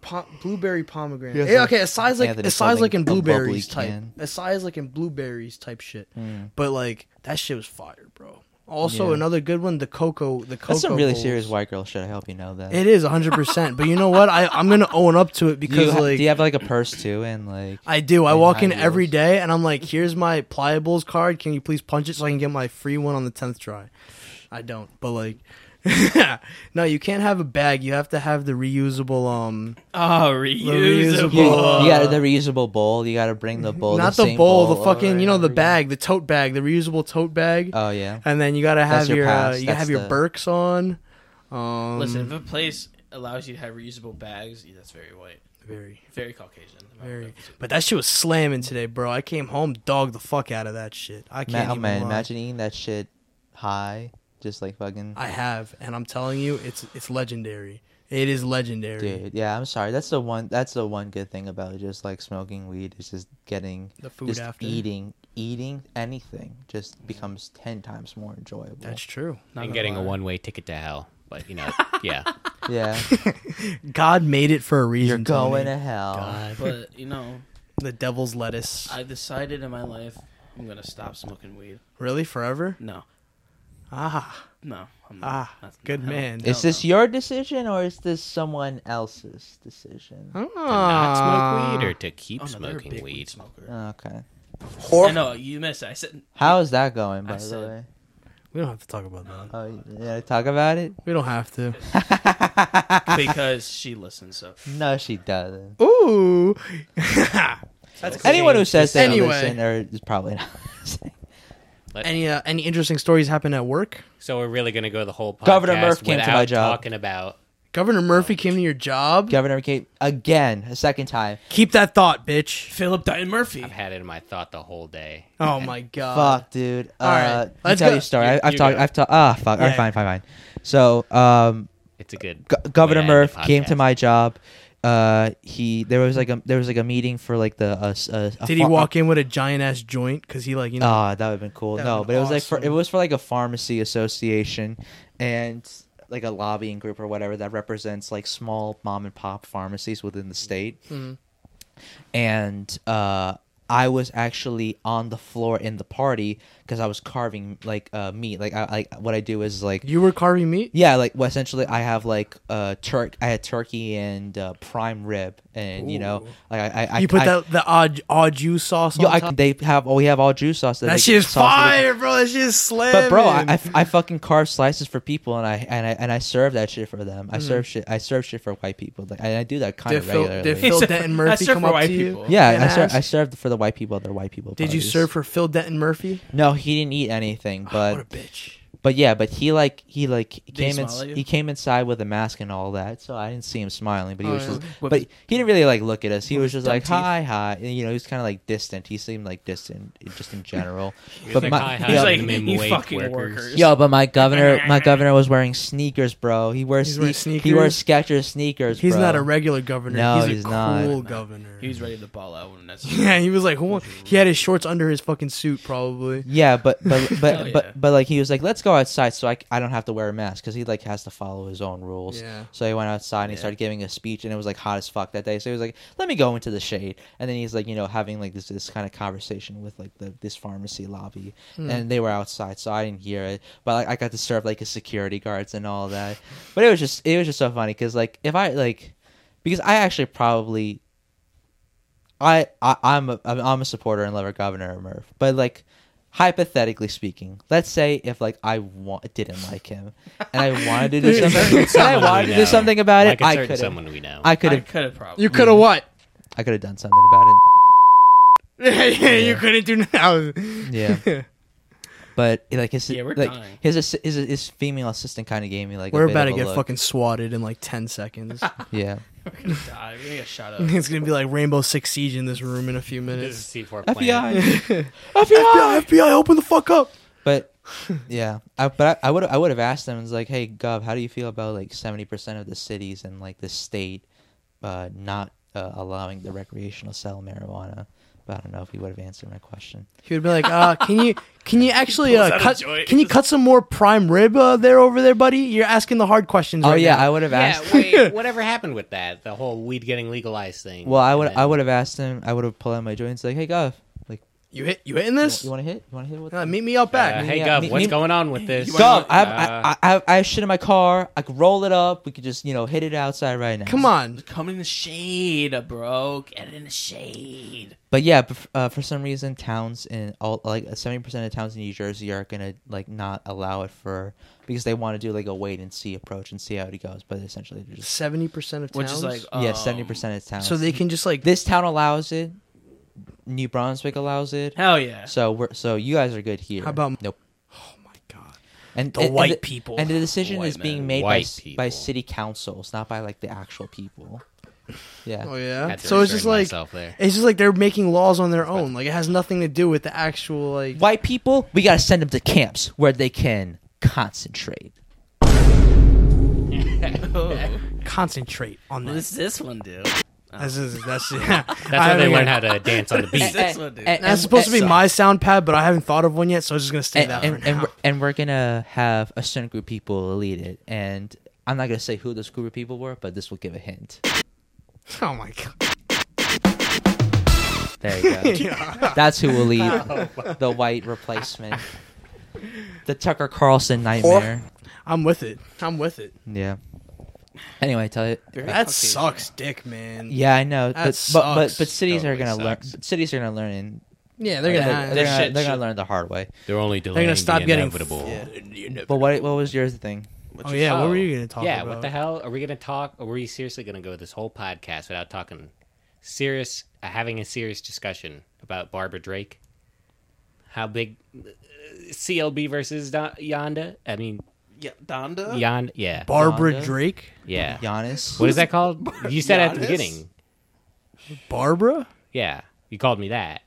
C: po- blueberry pomegranate.
A: Yes,
C: Yeah,
A: I-
C: okay, a size like
A: Anthony
C: a size
A: Fleming,
C: like in
A: a bubbly
C: blueberries type.
A: can.
C: A size like in blueberries type shit.
A: Mm.
C: But like that shit was fire, bro. Also
A: Yeah.
C: another good one, the cocoa, the cocoa.
A: That's some really
C: bowls.
A: serious white girl shit. I hope you know that.
C: It is 100%, but you know what? I I'm going to own up to it
A: do, you
C: because
A: ha-
C: like
A: do you have like a purse too? And like,
C: I do. I
A: and
C: walk
A: high
C: in every
A: heels?
C: day and I'm like, "Here's my pliables card. Can you please punch it so I can get my free one on the 10th try?" I don't, but like no, you can't have a bag. You have to have the reusable um
B: Oh,
C: reusable.
B: reusable.
A: you, you got the reusable bowl. You got to bring the bowl.
C: Uh, not
A: the,
C: the,
A: same
C: bowl, the
A: bowl
C: fucking
A: over
C: you know the
A: every-
C: bag, the tote bag, the reusable tote bag,
A: Oh yeah.
C: and then you gotta have
A: That's
C: your,
A: your
C: uh,
A: pass,
C: you gotta
A: that's
C: have your
A: the-
C: Burks on. Um,
B: Listen, if a place allows you to have reusable bags, that's very white,
C: very,
B: very Caucasian.
C: very, but that shit was slamming today, bro. I came home, dog the fuck out of that shit. I
A: Ma-
C: can't
A: oh,
C: even
A: man,
C: lie.
A: imagine eating that shit high, just like fucking.
C: I have, and I'm telling you, it's it's legendary. It is legendary.
A: Dude, yeah, I'm sorry. That's the one. That's the one good thing about just like smoking weed is just getting
C: The food
A: just
C: after.
A: eating, eating anything just becomes ten times more enjoyable.
C: That's true.
D: and getting a one-way ticket to hell. But you know, yeah,
A: yeah,
C: God made it for a reason.
A: you're going
C: Tony.
A: to hell.
C: God.
B: But you know,
C: the devil's lettuce.
B: I decided in my life I'm gonna stop smoking weed.
C: really forever?
B: No,
C: Ah,
B: no, I'm not.
C: ah,
B: That's not
C: good
B: how-
C: man.
A: Is
B: no.
A: this your decision or is this someone else's decision?
D: to not smoke weed or to keep
B: Oh, no, they're a
D: smoking
B: big
D: weed.
B: smoker.
A: Okay.
B: I know you missed. It. I said
A: How is that going, by
B: I
A: the
B: said-
A: way?
C: We don't have to talk about that.
A: Oh, yeah, talk about it?
C: We don't have to.
B: because she listens. So
A: No, she doesn't.
C: Ooh.
B: that's
A: Anyone who says they
C: Anyway.
A: don't listen or is probably not. listening.
C: any uh, any interesting stories happen at work?
D: So we're really gonna go the whole podcast
A: Governor Murph came to
D: without
A: my job.
D: talking about
C: Governor Murphy came to your job.
A: Governor McCabe, again, a second time.
C: Keep that thought, bitch.
B: Philip Dine Murphy.
D: I've had it in my thought the whole day.
C: Oh my god.
A: Fuck, dude.
C: All right,
A: uh,
C: let's
A: let's tell
C: go-
A: you a story.
D: You-
A: I, I've
D: you
A: talked.
D: go.
A: I've talked. Ah, fuck. All
C: Yeah.
A: right, fine, fine, fine. So, um,
D: It's a good
A: Go- Governor
D: way to end
A: Murph
D: the
A: came to
D: podcast.
A: my job. Uh, he there was like a there was like a meeting for like the uh, s- uh, a
C: Did he
A: far-
C: walk in with a giant ass joint? Because he like you know.
A: Ah, that would have been cool.
C: That
A: No,
C: would've
A: but
C: been
A: it was like for it
C: awesome.
A: was for like a pharmacy association and like a lobbying group or whatever that represents like small mom and pop pharmacies within the state.
C: Mm-hmm.
A: And uh I was actually on the floor in the party because I was carving like uh meat. Like I, I what I do is like
C: you were carving meat.
A: yeah, like well, essentially, I have like uh turk. I had turkey and uh, prime rib, and you know,
C: Ooh.
A: like I, I
C: you put
A: I,
C: that the odd odd juice sauce
A: Yo,
C: on
A: I,
C: top.
A: they have. Oh, we have all juice sauce.
C: that
A: they-
C: shit is
A: sauce that they-
C: fire, bro. That shit is slam.
A: but bro, I, I f- I fucking carve slices for people, and I and I and I serve that shit for them.
B: Hmm.
A: I serve shit. I serve shit for white people. Like and I do that kind
C: did
A: of
C: Phil,
A: regularly.
C: did Phil
B: Except
C: Denton
B: for-
C: Murphy
B: except
C: come
B: for
C: up
B: white
C: to you?
B: people.
A: yeah,
C: and
A: I, ser-
C: ask?
A: I served for the white people. Their white people.
C: Did you
A: parties.
C: serve for Phil Denton Murphy?
A: No, he didn't eat
B: Ah,
A: anything.
C: what a
A: But
C: bitch.
A: but yeah, but he like he like he
B: Did he
A: came in,
B: smile at you?
A: he came inside with a mask and all that. So I didn't see him smiling, but he
C: Oh,
A: was
C: yeah.
A: just
B: With-
A: but he didn't really like look at us. He
B: with
A: was
B: his
A: just like
B: dumb teeth.
A: hi hi. And, you know, he was kind of like distant. He seemed like distant just in general.
D: He was
A: but
D: like,
A: my
D: "Hi, hi,
B: He's
A: yeah,
B: like,
D: minimum
B: "You
D: wage
B: fucking
D: workers."
B: workers."
A: Yo, but my governor, my governor was wearing sneakers, bro. He wears
C: He's wearing
A: sne- He wears Skechers sneakers.
C: He's
A: bro.
C: not a regular governor.
A: No,
C: he's,
A: he's
C: a
A: not.
C: cool governor.
B: He was ready to ball out when that's.
C: Yeah, he was like, who? wa- He had his shorts under his fucking suit, probably.
A: Yeah, but but but
B: Hell yeah.
A: but but like he was like, let's go outside, so I, c- I don't have to wear a mask because he like has to follow his own rules.
C: Yeah.
A: So he went outside and he
B: Yeah.
A: started giving a speech, and it was like hot as fuck that day. So he was like, let me go into the shade, and then he's like, you know, having like this this kind of conversation with like the this pharmacy lobby,
C: Hmm.
A: and they were outside, so I didn't hear it, but like I got to serve like his security guards and all that. But it was just it was just so funny because like if I like because I actually probably I, I I'm a I'm a supporter and lover of Governor Murph, but like hypothetically speaking, let's say if like I wa- didn't like him and I wanted to do something, and I
D: Someone we
A: wanted to
D: know.
A: do something about
D: like
A: it,
D: a
A: I
D: certain
A: could have.
D: someone we know.
A: I could
B: I
A: have.
B: could have probably.
E: You could
A: Mm.
E: have what?
A: I could have done something about it.
C: you couldn't do now.
A: Yeah. But like his
B: Yeah, we're
A: like
B: dying.
A: his, assi- his his female assistant kind of gave me like a
C: We're
A: bit
C: about
A: of
C: to
A: a
C: get
A: look.
C: fucking swatted in like ten seconds.
A: yeah.
B: We're gonna die. We're gonna get shot up.
C: it's gonna be like Rainbow Six Siege in this room in a few
D: This
C: minutes.
D: is C4 planet.
A: FBI,
C: FBI, FBI, open the fuck up.
A: but yeah, I, but I would I would have asked them. It's like, hey, Gov, how do you feel about like seventy percent of the cities and like the state uh, not uh, allowing the recreational sell marijuana? But I don't know if he would have answered my question.
C: He would be like, uh, can you can you actually uh,
B: out a
C: cut
B: joint.
C: can you cut some more prime rib uh, there over there, buddy? You're asking the hard questions.
A: Oh
C: right
A: yeah,
C: now.
A: I would have asked.
D: Yeah, wait, whatever happened with that? The whole weed getting legalized thing.
A: Well, I would
D: And
A: I would have asked him. I would have pulled out my joints. Like, hey, Gov, like
C: you hit you hitting
A: you,
C: this?
A: want to hit? You want to hit? With
C: Uh, meet me out
D: then,
C: back.
D: uh, hey,
A: yeah,
D: Gov,
A: me-
D: what's
A: me-
D: going on with this?
A: Gov, I have,
D: Uh,
A: I, I, I, have, I have shit in my car. I could roll it up. We could just, you know, hit it outside right now.
C: Come on.
B: Come in the shade, bro. Get in the shade.
A: But yeah, but, f- uh, for some reason, towns in all like seventy percent of towns in New Jersey are gonna like not allow it for because they want to do like a wait and see approach and see how it goes. But essentially, they're just
C: Seventy percent of towns.
B: Which is like
A: yeah,
B: um,
A: seventy percent of towns.
C: so they can just like
A: this town allows it. New Brunswick allows it.
B: Hell yeah.
A: So we're so you guys are good here.
C: How about-
A: nope?
C: Oh my god.
A: And
C: The
A: and- and
C: white people.
A: And the decision
B: White
A: is being
B: men.
A: made by
D: White
A: s- by
D: people.
A: city councils, not by like the actual people. Yeah.
C: Oh
D: I
C: yeah.
D: had to
C: So it's just
D: restrain
C: like
D: myself there.
C: it's just like they're making laws on their own. Like it has nothing to do with the actual like
A: White people, we gotta send them to camps where they can concentrate.
B: Oh.
C: concentrate on
B: What
C: this.
B: does this one do?
C: That's that's,
D: That's where they learn how to dance on the
A: Eh,
D: beat.
B: That's what it is.
C: That's supposed to be my sound pad, but I haven't thought of one yet, so I'm just gonna stay
A: and,
C: that
A: eh, and,
C: for
A: and
C: now.
A: we're, and we're gonna have a certain group of people lead it, and I'm not gonna say who this group of people were, but this will give a hint.
C: Oh my god.
A: There you go.
C: Yeah.
A: That's who will lead the white replacement, the Tucker Carlson nightmare.
C: I'm with it. I'm with it.
A: Yeah. Anyway, tell you.
C: That sucks, dick, man.
A: Yeah, I know. but,
C: That
A: but but
C: sucks.
A: but cities are
D: Totally
A: gonna learn.
D: sucks.
A: but Cities are gonna learn. In,
C: Yeah, they're
A: they're
C: gonna.
A: gonna,
C: they're,
A: they're, gonna,
B: shit
A: they're gonna
B: should-
A: learn the hard way.
D: They're only delaying
C: gonna stop
D: the
C: getting.
D: inevitable.
A: But what what was yours thing?
C: Oh yeah, what were you gonna talk
D: yeah,
C: about?
D: what the hell? Are we gonna talk? Are we seriously gonna go this whole podcast without talking serious, uh, having a serious discussion about Barbara Drake? How big uh, CLB versus Don- Yonda? I mean,
B: Yeah, Donda.
D: Yonda, yeah,
C: Barbara
A: Donda?
C: Drake.
D: yeah.
A: Giannis.
D: What is that called? You said at the
B: Giannis?
D: beginning.
C: Barbara?
D: Yeah, you called me that.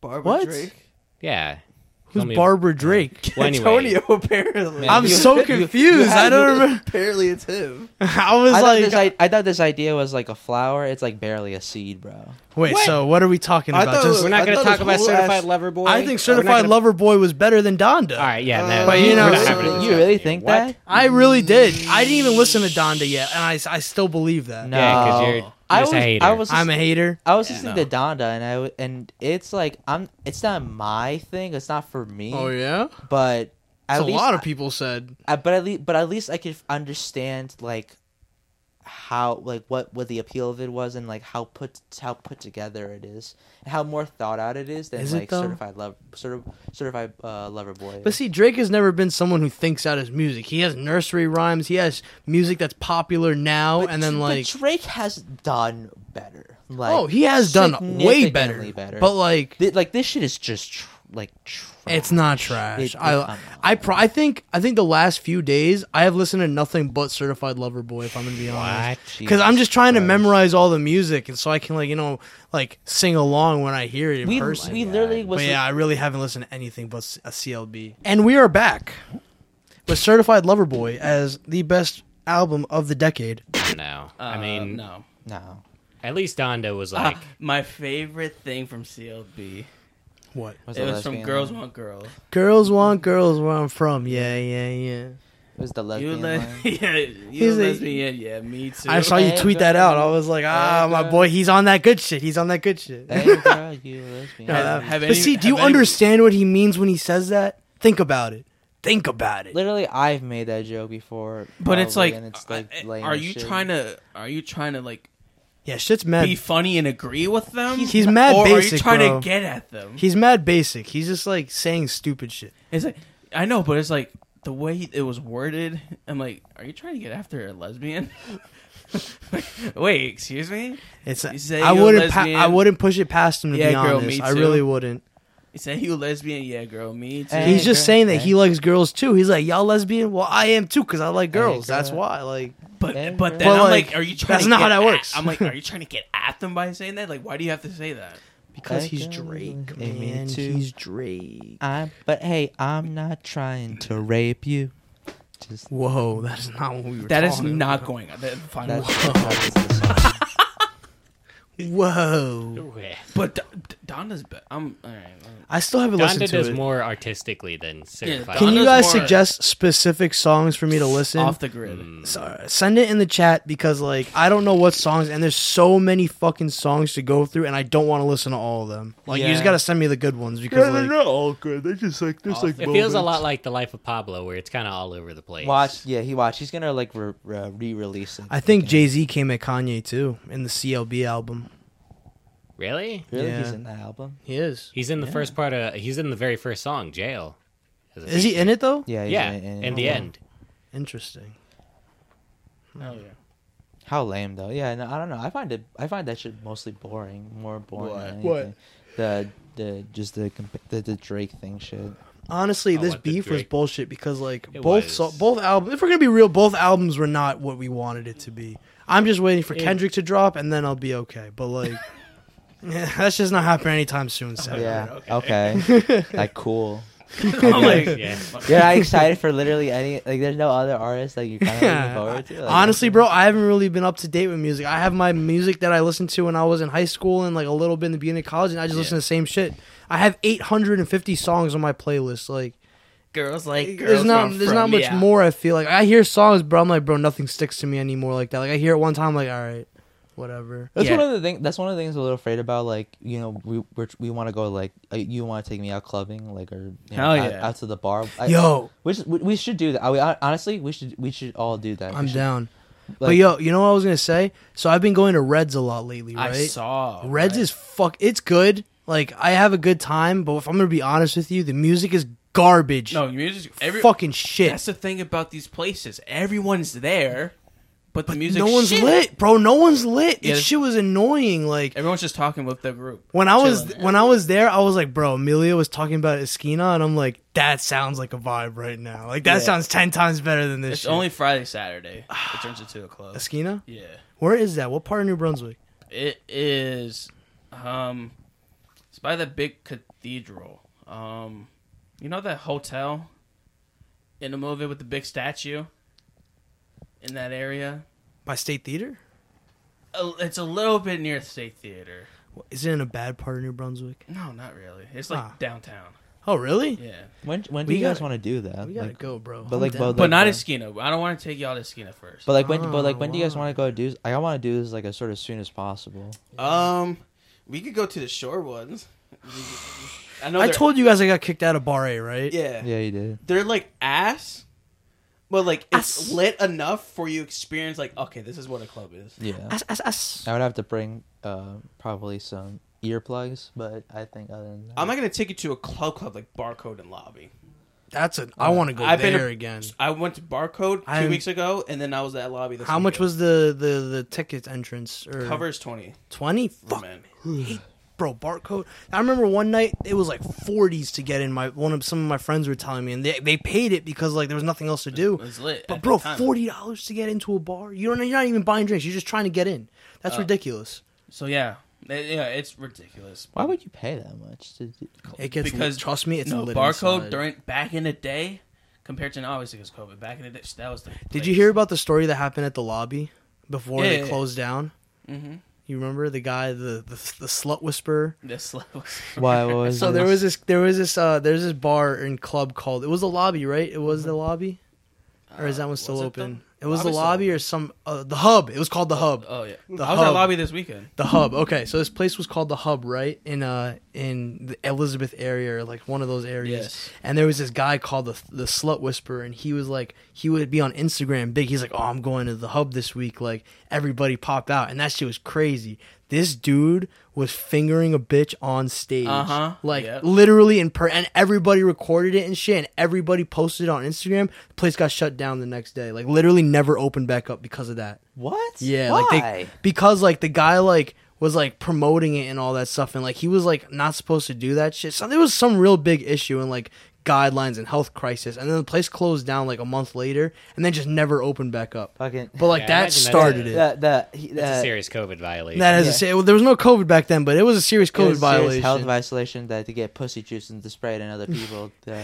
B: Barbara
C: What?
B: Drake.
D: Yeah.
C: Who's
D: Call me-
C: Barbara Drake?
D: Well, anyway,
B: Antonio apparently.
A: Man,
C: I'm
A: you-
C: so confused. I don't remember.
B: Apparently it's him.
C: I was
A: I thought,
C: like,
A: this, I, I thought this idea was like a flower. It's like barely a seed, bro.
C: wait. So what are we talking
B: I
C: about?
B: thought it
C: Just-
B: was-
D: we're not
B: I
D: going to
B: thought this
D: talk about
B: whole
D: certified
B: ass-
D: lover boy.
C: I think
D: We're not
C: Certified
D: gonna-
C: Lover Boy was better than Donda.
D: All right, yeah. no,
C: But you
D: we're
C: know-
D: not having a
A: you really
D: discussion
A: think
D: here. What?
A: that?
C: I really did. I didn't even listen to Donda yet, and I, s- I still believe that.
A: No,
D: Yeah, 'cause you're- you're
A: I was,
D: just a hater.
A: I was,
C: I'm a hater.
A: I was listening to Donda, and I w- and it's like I'm. It's not my thing. It's not for me.
C: Oh, yeah,
A: But at
C: That's
A: least,
C: people said.
A: I, but at least, but at least I could understand like how like what what the appeal of it was, and like how put how put together it is, and how more thought out it is than
C: Is it,
A: like
C: though?
A: certified love, certi- certified uh, lover boy.
C: But see, Drake has never been someone who thinks out his music. He has nursery rhymes. He has music that's popular now,
A: But
C: and
A: Dr-
C: then like,
A: but Drake has done better. Like
C: oh, he has done way better.
A: significantly better.
C: But like,
A: Th- like this shit is just tr- like trash.
C: It's not
A: It-
C: trash.
A: um,
C: I
A: it-
C: I pro- I think I think the last few days I have listened to nothing but Certified Lover Boy. If I'm gonna be honest, because I'm just trying to memorize all the music, and so I can like you know like sing along when I hear it in
A: we
C: person.
A: we literally was
C: but yeah, I really haven't listened to anything but uh, a CLB. And we are back with Certified Lover Boy as the best album of the decade.
D: No.
C: Uh,
D: I mean,
B: no.
A: no.
D: at least Donda was
B: Ah,
D: like,
B: my favorite thing from CLB.
C: What?
A: Was
B: It
A: the
B: was from
A: lesbian
B: Girls
A: line?
B: Want Girls.
C: Girls want girls where I'm from. Yeah, yeah, yeah.
A: It was the
B: You
A: lesbian
B: let
A: line.
B: yeah, you
C: He's a-
B: lesbian, yeah, me too.
C: I saw you tweet that out. I was like, ah, my boy, he's on that good shit. He's on that good shit.
A: Hey, girl, you lesbian.
C: No, that-
B: have
C: but
B: any-
C: see, do
B: have
C: you
B: any-
C: understand what he means when he says that? Think about it. Think about it.
A: Literally, I've made that joke before.
B: But it's
A: probably,
B: like,
C: uh,
A: and it's like
B: I- I-
A: lame
B: are
A: as
B: you
A: shit.
B: trying to? Are you trying to like
C: Yeah, shit's mad.
B: be funny and agree with them?
C: He's- he's mad
B: Or are you
C: basic,
B: trying
C: bro.
B: to get at them?
C: He's mad basic. He's just like saying stupid shit.
B: It's like I know, but it's like the way it was worded. I'm like, are you trying to get after a lesbian? Wait, excuse me.
C: It's
B: You say
C: I
B: you're a
C: wouldn't pa-
B: lesbian?
C: I wouldn't push it past him to
B: Yeah,
C: be
B: girl,
C: honest.
B: me
C: I
B: too.
C: really wouldn't.
B: Is that you a lesbian? Yeah, girl, me too.
A: Hey,
C: He's just
A: girl.
C: saying that
A: Hey.
C: he likes girls too. He's like, y'all lesbian? Well, I am too because I like girls. That's
A: girl.
C: why. Like,
B: but
A: Hey,
B: but
A: girl.
B: then
C: But,
B: I'm
C: like,
B: like, are you trying?
C: that's
B: to
C: not
B: get
C: how
B: at-
C: that works.
B: I'm like, are you trying to get at them by saying that? Like, why do you have to say that?
C: because
A: Like
C: he's
A: girls.
C: Drake,
A: Hey, me
C: man.
A: too.
C: He's Drake.
A: I'm, but hey, I'm not trying to rape you. Just
C: Whoa, that is not what we were.
B: That is
C: talking
B: not going on. That, fine.
A: that's,
B: whatever.
A: that's the song.
C: about. Whoa,
D: eh."
B: But D- D- Donda's. Be- I'm all right. well,
C: I still haven't listened
D: Donda
C: to
D: does
C: it.
D: more artistically than Sarah
B: Yeah,
D: Cloud.
C: Can you
B: Donda's
C: guys
B: more-
C: suggest specific songs for me to listen?
B: Off the grid.
A: Mm.
D: Mm.
C: So- send it in the chat because like I don't know what songs and there's so many fucking songs to go through and I don't want to listen to all of them. Like you just
A: Yeah.
C: gotta send me the good ones because like,
E: not all good. They just like there's like
D: It feels a lot like the life of Pablo, where it's kind of all over the place.
A: Watch, yeah, he watched. He's gonna like re- re- re-release it.
C: I think Jay Z came at Kanye too in the CLB album.
D: really?
A: really, he's
C: Yeah.
A: in the album.
C: He is.
D: He's in the first part of. He's in the very first song, Jail. As a
C: Is he
D: feature.
C: in it though?
A: Yeah, he's
D: Yeah,
A: in, it,
D: in,
A: and-
D: the
A: oh, wow.
D: end.
C: Interesting.
B: Oh yeah.
A: How lame though. Yeah, no, I don't know. I find it. I find that shit mostly boring. More boring.
B: What?
A: Than anything.
C: What?
A: The the just the compa- the, the Drake thing shit.
C: Honestly,
D: I
C: this
D: want the
C: beef was
D: Drake.
C: bullshit because like
D: It
C: both
D: was.
C: so- both albums. If we're gonna be real, both albums were not what we wanted it to be. I'm just waiting for
D: It-
C: Kendrick to drop and then I'll be okay. But like, yeah, that's just not happening anytime soon. Sam.
A: Yeah. Okay. like cool.
C: Oh
B: I'm like,
D: Yeah.
A: You're not excited for literally any. Like, there's no other artist that you're kind of looking
C: Yeah.
A: forward to. Like,
C: Honestly, bro, I haven't really been up to date with music. I have my music that I listened to when I was in high school and like a little bit in the beginning of college, and I just listen to the same shit. I have 850 songs on my playlist. Like,
B: girls like girls.
C: there's not
B: from
C: there's not much
B: Ferlia.
C: more. I feel like I hear songs, bro. I'm like, bro, nothing sticks to me anymore like that. Like I hear it one time, I'm like, all right, whatever.
A: That's
B: Yeah.
A: one of the things. That's one of the things I'm a little afraid about. Like, you know, we we're, we want to go like uh, you want to take me out clubbing, like or you know,
B: Hell
A: out,
B: yeah.
A: out to the bar. I,
C: Yo.
A: which we, we should do that. I, I, honestly, we should we should all do that. We
C: I'm
A: should,
C: down. but
A: like-
C: yo, you know what I was gonna say? So I've been going to Reds a lot lately,
B: I
C: right?
B: saw
C: Reds
B: right?
C: is fuck. It's good. Like I have a good time, but if I'm gonna be honest with you, the music is garbage.
B: no music. Every,
C: fucking shit.
B: That's the thing about these places. Everyone's there, but the music.
C: no one's
B: shit.
C: lit, bro. No one's lit.
B: Yeah,
C: This
B: this-
C: shit was annoying. Like
B: Everyone's just talking with the group.
C: when I was
B: Chilling.
C: when I was there, I was like, bro, Amelia was talking about Esquina, and I'm like, that sounds like a vibe right now. Like that
B: Yeah.
C: sounds ten times better than this.
B: it's
C: shit.
B: only Friday, Saturday. It turns into a club.
C: Esquina.
B: Yeah,
C: Where is that? What part of New Brunswick?
B: it is. Um, it's by the big cathedral. Um, you know that hotel in the movie with the big statue in that area.
C: By State Theater.
B: Uh, It's a little bit near the State Theater.
C: Is it in a bad part of New Brunswick?
B: No, not really. It's like
C: Ah.
B: downtown.
C: Oh, really?
B: Yeah.
A: When when do
C: We
A: you guys
C: gotta-
A: want to do that?
C: We gotta
A: Like,
C: go, bro.
A: but
C: I'm
A: like,
C: down.
A: but,
B: But not
A: uh,
B: Esquina. I don't want to take y'all to Esquina first.
A: But like when but like
C: Oh,
A: when do you guys
C: wow.
A: want to go do? I want to do this like as sort of soon as possible.
B: Um, we could go to the shore ones. I know.
C: I
B: they're-
C: told you guys I got kicked out of Bar A, right?
B: Yeah.
A: Yeah, you did.
B: they're like ass, but like it's
C: Ass.
B: lit enough for you experience. Like, okay, this is what a club is.
A: Yeah,
C: Ass, ass, ass.
A: I would have to bring uh, probably some earplugs, but I think other than that,
B: I'm not gonna take you to a club club like Barcode and Lobby.
C: That's a. I want to go
B: I've been
C: there
B: a-
C: again.
B: I went to Barcode 2
C: I'm-
B: weeks ago, and then I was at Lobby. This
C: How much
B: weekend.
C: was the the the ticket entrance or
B: covers twenty?
C: Twenty.
B: Oh,
C: Fuck,
B: man.
C: hate- bro. Barcode. I remember one night it was like forties to get in. My one of some of my friends were telling me, and they they paid it because like there was nothing else to do.
B: It's lit.
C: But
B: at
C: bro,
B: the time.
C: forty dollars to get into a bar. You don't. You're not even buying drinks. You're just trying to get in. That's
B: Uh,
C: ridiculous.
B: So yeah, It- yeah, it's ridiculous.
A: Why would you pay that much to do?
C: It gets
B: because-
C: trust me, it's
B: no
C: no
B: barcode during back in the day compared to now obviously because covid back in the day that was the
C: Did you hear about the story that happened at the lobby before
B: Yeah,
C: they
B: yeah, yeah.
C: closed down?
B: mm-hmm.
C: You remember the guy, the the, the slut whisperer.
B: this level
A: Why what was
C: So there
A: this?
C: was this, there was this, uh, there's this bar and club called. It Mm-hmm. Uh, was the lobby, right? It was the lobby, or is that one still
B: was it
C: open? It was the
B: Lobby
C: lobby or some uh, the hub. It was called the hub.
B: Oh yeah,
C: The
B: I was at
C: hub.
B: lobby this weekend.
C: The hub. Okay, so this place was called the hub, right? In uh in the Elizabeth area, or like one of those areas.
B: Yes.
C: And there was this guy called the the Slut Whisperer, and he was like, he would be on Instagram big. He's like, oh, I'm going to the hub this week. Like everybody popped out, and that shit was crazy. This dude was fingering a bitch on stage,
B: Uh-huh,
C: like
B: yep.
C: literally in per, and everybody recorded it and shit, and everybody posted it on Instagram. The place got shut down the next day, like literally never opened back up because of that.
A: What?
C: Yeah,
A: Why?
C: like they because like the guy like was like promoting it and all that stuff and like he was like not supposed to do that shit. So there was some real big issue and like guidelines and health crisis and then the place closed down like a month later and then just never opened back up.
A: fucking.
C: But like
D: Yeah, I
C: that
D: imagine that's
C: started
D: a-
C: it.
A: The, the, he-
D: That's a
A: uh,
D: serious COVID violation.
C: that is a se- well, there was no COVID back then, but it was a serious
A: it
C: COVID
A: was serious
C: violation.
A: health isolation that they get pussy juice and to spray it in other people. uh,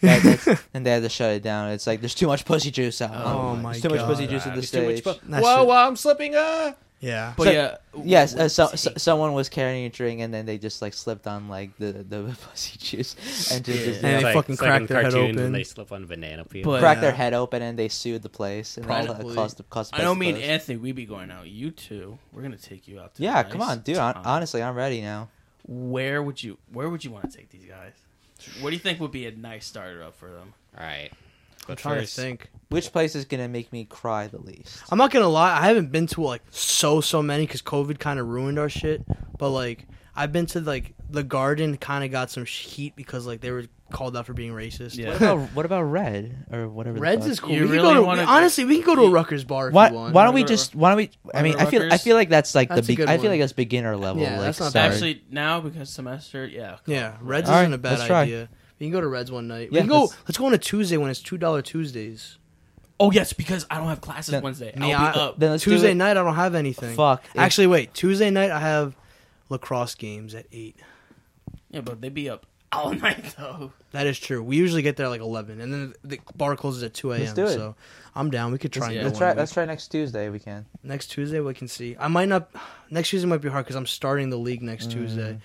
A: that- that's- and they had to shut it down. It's like there's too much pussy juice out.
C: Oh my
A: there's too much
C: God.
A: pussy juice in the
D: There's too much
A: stage.
D: fu-
C: That
D: whoa,
C: shit-
D: whoa, I'm slipping. Uh.
C: yeah.
B: But
A: So-
B: yeah,
A: Yes, uh, so, so, someone was carrying a drink and then they just like slipped on like the the pussy juice and just, just, you
C: And
A: know,
C: they
D: like-
C: fucking
D: like
C: cracked
D: in
C: their head
D: cartoons
C: open.
D: When they slip on banana peel.
B: But-
A: cracked their
C: Yeah.
A: head open and they sued the place and all that
C: Probably.
A: cost the cost. the
B: I don't
A: place
B: mean
A: to close.
B: Anthony. We be going out. You two, we're gonna take you out. To a
A: Yeah, come
B: nice
A: on, dude. hon-
B: time.
A: honestly, I'm ready now.
B: where would you where would you want to take these guys? What do you think would be a nice starter up for them?
D: All right. But
C: I'm trying
D: first,
C: to think.
A: Which place is gonna make me cry the least?
C: I'm not gonna lie, I haven't been to like so so many because COVID kind of ruined our shit. But like, I've been to like the Garden, kind of got some sh- heat because like they were called out for being racist.
B: Yeah.
A: What about what about red or whatever? the
C: Reds
A: fuck?
C: is cool.
B: You
C: we could
B: really
C: go to,
B: wanna-
C: honestly, we can go to a Rutgers bar if
A: Why,
C: you want.
A: why don't we
B: Wanna go to-
A: just why don't we? I
B: wanna
A: mean,
B: go to
A: I feel I
B: Rutgers?
A: feel like that's like
C: That's a
A: the be-
C: good
A: I feel
C: one.
A: like that's beginner level.
C: Yeah,
A: like,
C: that's not
A: sorry.
C: bad.
B: Actually, now because semester, yeah. come
C: Yeah,
B: on.
C: Reds
A: All
C: isn't
A: right,
C: a bad
A: let's try.
C: idea. We can go to Reds one night.
A: Yeah,
C: we can go.
A: let's-
C: Let's, go on a Tuesday when it's two dollar Tuesdays.
B: Oh yes, because I don't have classes
A: Then-
B: Wednesday. I'll
C: Yeah,
B: be
C: I-
B: up.
A: then let's do
C: Tuesday
A: it.
C: night I don't have anything.
A: Fuck. If-
C: Actually, wait. Tuesday night I have lacrosse games at eight.
B: yeah, but they be up all night though.
C: That is true. We usually get there like eleven, and then the bar closes at two a.m.
A: Let's do it.
C: So I'm down. We could try. and
B: Yeah,
C: go
A: let's
C: one
A: try
C: week.
A: let's try next Tuesday we can.
C: Next Tuesday we can see. I might not. Next Tuesday might be hard because I'm starting the league next
A: Mm.
C: Tuesday.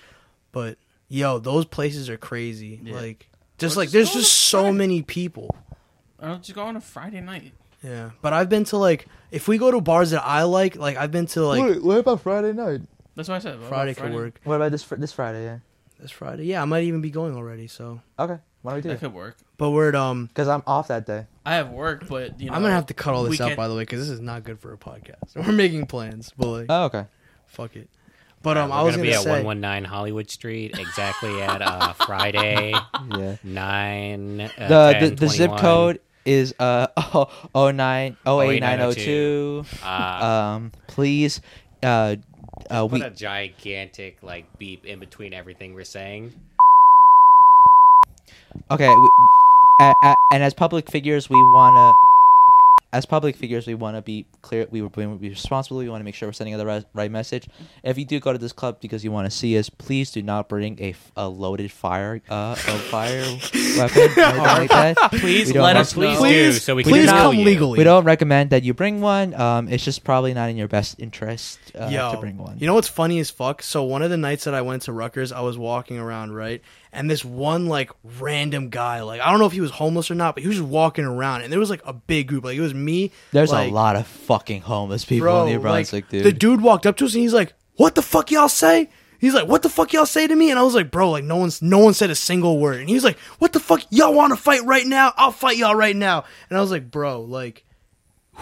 C: But yo, those places are crazy.
B: Yeah.
C: Like just
B: Or
C: like
B: just
C: there's
B: go on
C: just
B: a
C: so
B: Friday.
C: many people.
B: I'll just go on a Friday night.
C: Yeah, but I've been to like if we go to bars that I like, like I've been to like
E: Wait, what about Friday night?
B: That's what I said. What about
C: Friday could work.
A: What about this fr- this Friday? Yeah.
C: This Friday, yeah, I might even be going already. So,
A: Okay. Why don't we do
B: That
A: it?
B: could work.
C: but we're at um.
A: Because I'm off that day.
B: I have work, but you know
C: I'm gonna have to cut all this
B: we
C: out
B: can-
C: by the way because this is not good for a podcast. We're making plans, but like
A: Oh, okay.
C: fuck it. But um,
D: we're
C: I was
D: gonna
C: gonna,
D: be at
C: say.
D: 119 Hollywood Street exactly at uh, Friday
A: Yeah.
D: nine. Uh,
A: The
D: 10,
A: the, the zip
D: 21.
A: code is uh oh oh nine oh eight nine oh
D: 08902.
A: two.
D: Uh,
A: Um, please, uh, uh,
D: what
A: we
D: a gigantic like beep in between everything we're saying.
A: okay. We, a a and as public figures, we wanna. As public figures, we want to be clear. We we want to be responsible. We want to make sure we're sending out the right, right message. If you do go to this club because you want to see us, please do not bring a, f- a loaded fire uh, a fire weapon. or anything like that.
B: Please
A: We don't
B: let
A: have-
B: us know.
D: Please do,
C: Please,
D: so we can
C: please
A: tell
C: come
D: you.
C: legally.
A: We don't recommend that you bring one. Um, it's just probably not in your best interest uh,
C: Yo,
A: to bring one.
C: You know what's funny as fuck? So one of the nights that I went to Rutgers, I was walking around, right? And this one like random guy, like I don't know if he was homeless or not, but he was just walking around and there was like a big group. Like it was me.
A: There's
C: like,
A: a lot of fucking homeless people
C: bro,
A: in New Brunswick,
C: like,
A: dude.
C: The dude walked up to us and he's like, What the fuck y'all say? He's like, What the fuck y'all say to me? And I was like, Bro, like no one's no one said a single word. And he was like, What the fuck y'all wanna fight right now? I'll fight y'all right now. And I was like, Bro, like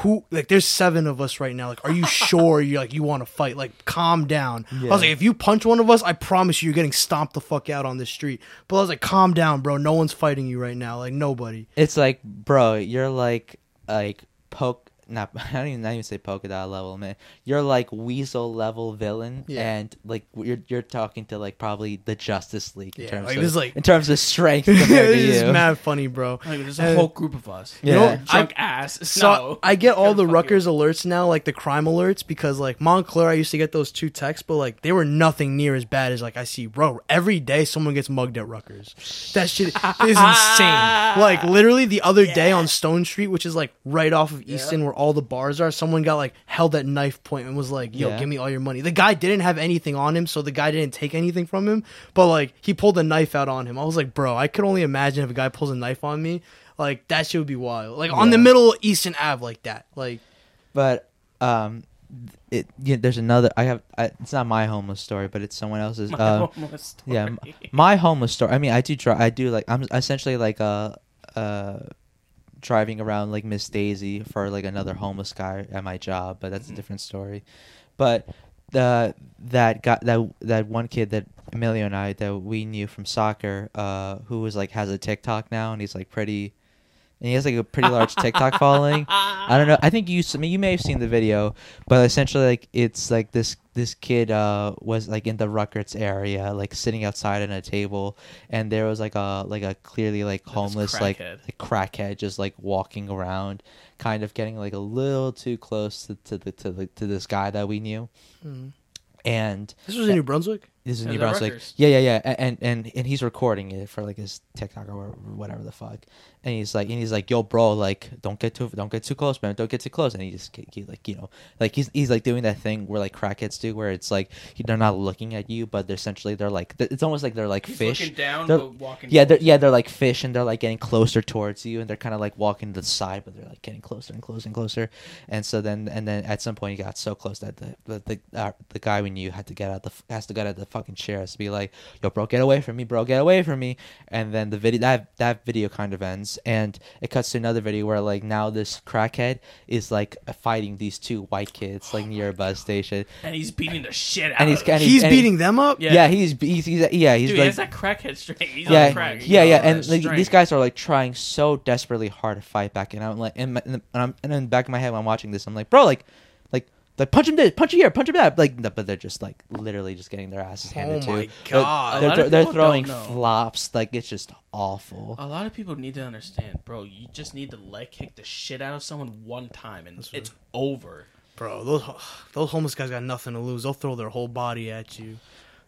C: who like there's seven of us right now like are you sure you like you want to fight like calm down i was like if you punch one of us i promise you you're getting stomped the fuck out on the street but i was like calm down bro no one's fighting you right now like nobody
A: It's like, bro, you're like like poke. Not I don't even not even say polka dot level, man. You're like weasel level villain,
C: Yeah.
A: and like you're you're talking to like probably the Justice League in
C: Yeah,
A: terms
C: like,
A: of
C: this is like-
A: in terms of strength compared to
C: this is
A: you.
C: mad funny bro
B: Like, there's a
C: And-
B: whole group of us.
A: Yeah.
C: You know,
B: Drunk ass.
C: So
B: So
C: I get all the
B: Gonna fuck you
C: Rutgers alerts now, like the crime alerts, because like Montclair, I used to get those two texts, but like they were nothing near as bad as like I see, bro. Every day someone gets mugged at Rutgers. That shit is insane. Like literally the other day on Stone Street, which is like right off of Easton, where all the bars are, someone got like held at knife point and was like, "Yo,
A: Yeah.
C: give me all your money." The guy didn't have anything on him, so the guy didn't take anything from him. But like, he pulled a knife out on him. I was like, "Bro, I could only imagine if a guy pulls a knife on me, like that shit would be wild." Like on the
A: Yeah.
C: middle of Eastern Ave, like that. Like,
A: But um, it yeah, there's another. I have. I, it's not my homeless story, but it's someone else's.
B: My
A: uh,
B: homeless story.
A: yeah, m- my homeless story. I mean, I do try. I do like. I'm essentially like uh uh driving around like Miss Daisy for like another homeless guy at my job, but
B: Mm-hmm.
A: that's a different story. But the that guy that that one kid that Emilio and I that we knew from soccer, uh, who was like has a TikTok now, and he's like pretty. And he has like a pretty large TikTok following. I don't know. I think you. s- I mean, you may have seen the video, but essentially, like it's like this this kid uh, was like in the Ruckerts area, like sitting outside on a table, and there was like a like a clearly like homeless like
B: crackhead.
A: like crackhead just like walking around, kind of getting like a little too close to, to the to the to this guy that we knew, and
C: this was in New Brunswick.
A: this is
B: Yeah,
A: New
B: the
A: Brunswick.
B: Rutgers.
A: Yeah, yeah, yeah. A- And and and he's recording it for like his TikTok or wha- whatever the fuck. And he's like, and he's like, yo, bro, like, don't get too, don't get too close, man, don't get too close. And he just, ke- he, like, you know, like he's he's like doing that thing where like crackheads do, where it's like they're not looking at you, but they're essentially they're like, it's almost like they're like
B: He's
A: fish.
B: looking down,
A: They're-
B: but walking.
A: yeah, they're,
B: towards you.
A: yeah, they're like fish, and they're like getting closer towards you, and they're kind of like walking to the side, but they're like getting closer and closer and closer. And so then, and then at some point, he got so close that the the the, uh, the guy we knew had to get out the f- has to get out the fucking chair, has to be like, "Yo, bro, get away from me, bro, get away from me." And then the video that that video kind of ends, and it cuts to another video where like now this crackhead is like fighting these two white kids like near a bus station,
B: and he's beating the shit out.
A: and he's
B: of him.
A: and he-
C: He's
A: and he-
C: beating them up.
A: Yeah. he's he's, he's yeah, he's
B: Dude,
A: like
B: he has that crackhead straight. He's
A: yeah,
B: on crack. He's
A: yeah,
B: on
A: yeah,
B: that
A: and like,
B: strain.
A: these guys are like trying so desperately hard to fight back, and I'm like, and, my, and, the- and I'm and in the back of my head when I'm watching this, I'm like, bro, like, like, like punch him this, punch him here, punch him that, like, no, but they're just like literally just getting their asses handed
C: my
A: to. But
C: God.
B: A lot
A: they're,
B: of
A: they're
B: people
A: throwing
B: don't know.
A: flops, like it's just awful.
B: A lot of people need to understand, bro. You just need to leg kick the shit out of someone one time, and it's over.
C: Bro, those those homeless guys got nothing to lose. They'll throw their whole body at you.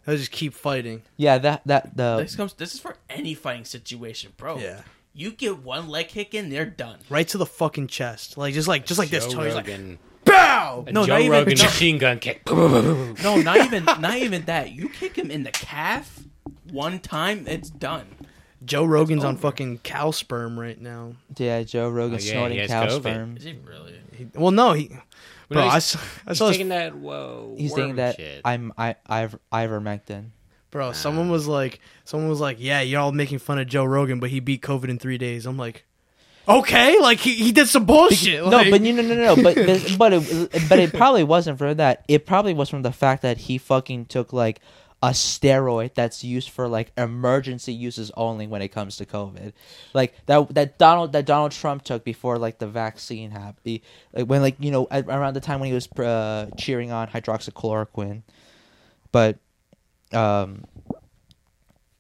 C: They'll just keep fighting.
A: yeah, that that
B: This
A: the
B: comes. This is for any fighting situation, bro.
C: Yeah.
B: You get one leg kick in, they're done.
C: Right to the fucking chest. Like just like just like this.
D: Joe
C: Tony's like
D: Rogan,
C: BOW
D: a
C: No,
D: Joe
C: not even
D: Rogan
C: no,
D: machine gun kick. Bro,
B: No, not even not even that. You kick him in the calf one time, it's done.
C: Joe Rogan's on fucking cow sperm right now.
A: yeah Joe Rogan
D: Oh, yeah, he
A: snorting
D: has
A: cow
D: COVID.
A: sperm.
B: Is it really?
C: He- well no, he Bro, I
D: he's,
C: saw, I
D: he's
C: saw this,
D: taking that. Whoa,
A: He's
D: worm
A: saying that
D: shit.
A: I'm I I've ivermectin.
C: bro, someone was like someone was like, Yeah, you're all making fun of Joe Rogan, but he beat COVID in three days. I'm like Okay, like he, he did some bullshit.
A: no,
C: like-
A: but you no no no. But this, but it, but it probably wasn't from that. It probably was from the fact that he fucking took like a steroid that's used for like emergency uses only when it comes to COVID, like that that Donald that Donald Trump took before like the vaccine happened. Like when like you know at, around the time when he was uh, cheering on hydroxychloroquine, but um,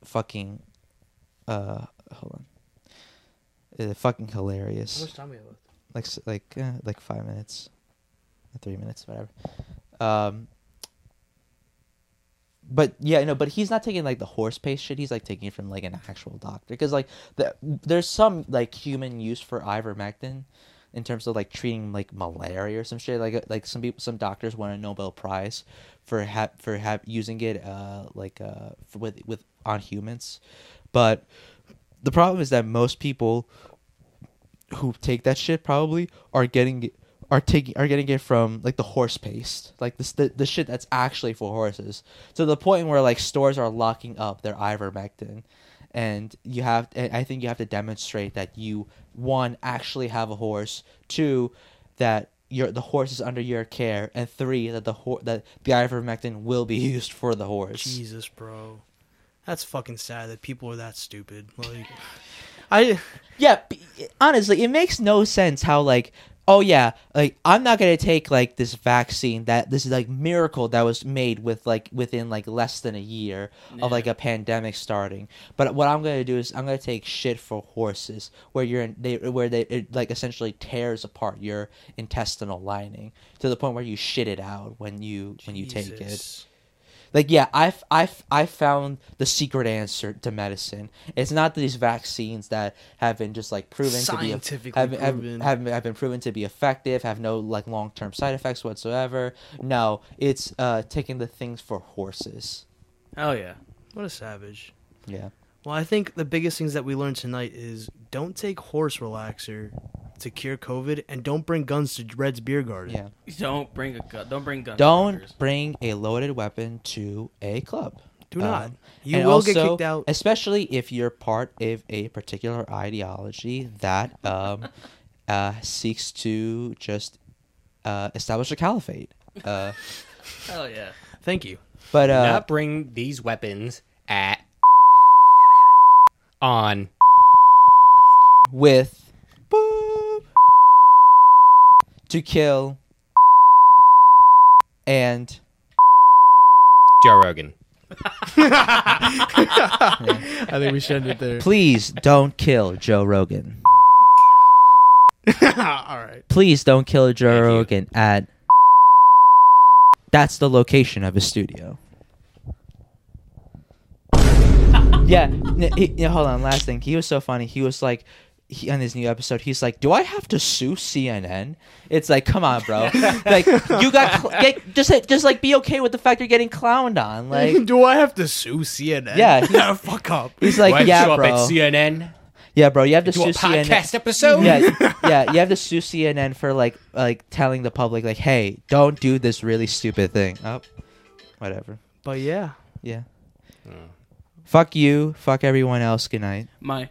A: fucking uh, hold on. Uh, fucking hilarious
C: How much time we have left?
A: like s- like eh, like five minutes, three minutes, whatever. Um, but yeah, no, but he's not taking like the horse paste shit. He's like taking it from like an actual doctor because like the, there's some like human use for ivermectin in terms of like treating like malaria or some shit. Like uh, like some people, some doctors won a Nobel Prize for ha- for ha- using it uh like uh for, with with on humans, but the problem is that most people who take that shit probably are getting it- are taking are getting it from like the horse paste, like this the, the shit that's actually for horses. To the point where like stores are locking up their ivermectin, and you have and I think you have to demonstrate that you one actually have a horse, two that your the horse is under your care, and three that the hor- that the ivermectin will be used for the horse.
C: Jesus, bro. That's fucking sad that people are that stupid. Like I
A: Yeah, b- honestly, it makes no sense how like oh yeah, like I'm not going to take like this vaccine that this like miracle that was made with like within like less than a year of like a pandemic starting. But what I'm going to do is I'm going to take shit for horses where you're in, they where they it, like essentially tears apart your intestinal lining to the point where you shit it out when you when you take it.
C: Jesus.
A: like yeah I, f- I, f- I found the secret answer to medicine it's not these vaccines that have been just like proven to be
C: Scientifically
A: have, have-
C: proven.
A: have, have been proven to be effective have no like long-term side effects whatsoever no it's uh taking the things for horses
B: Hell yeah.
C: What a savage.
A: yeah
C: Well, I think the biggest things that we learned tonight is don't take horse relaxer to cure COVID, and don't bring guns to Red's beer garden.
A: yeah
B: Don't bring a gun. Don't bring guns.
A: don't bring a loaded weapon to a club
C: Do
A: Um,
C: not. You
A: and
C: will get
A: also,
C: kicked out.
A: especially if you're part of a particular ideology that um, uh, seeks to just uh, establish a caliphate. Uh,
B: Hell yeah.
C: Thank you.
A: but uh,
D: not bring these weapons at on
A: with boop, to kill and
D: Joe Rogan.
C: I think we should end it there.
A: please don't kill Joe Rogan.
C: All right.
A: Please don't kill Joe Rogan at. That's the location of his studio. yeah, n- he- yeah, Hold on. Last thing. He was so funny. He was like, he, on his new episode, he's like, "Do I have to sue CNN?" It's like, come on, bro. like, you got cl- get, just just like be okay with the fact you're getting clowned on. Like,
C: Do I have to sue CNN?
A: Yeah, he-
C: Nah, fuck up.
A: he's like,
D: Why
A: "Yeah,
D: show
A: bro.
D: up at CNN?
A: yeah, bro. You have to
D: Do a
A: sue CNN."
D: podcast episode?
A: yeah, yeah. You have to sue CNN for like like telling the public like, hey, don't do this really stupid thing. Oh, whatever.
C: But yeah.
A: Yeah. Fuck you. Fuck everyone else. Good night.
B: My.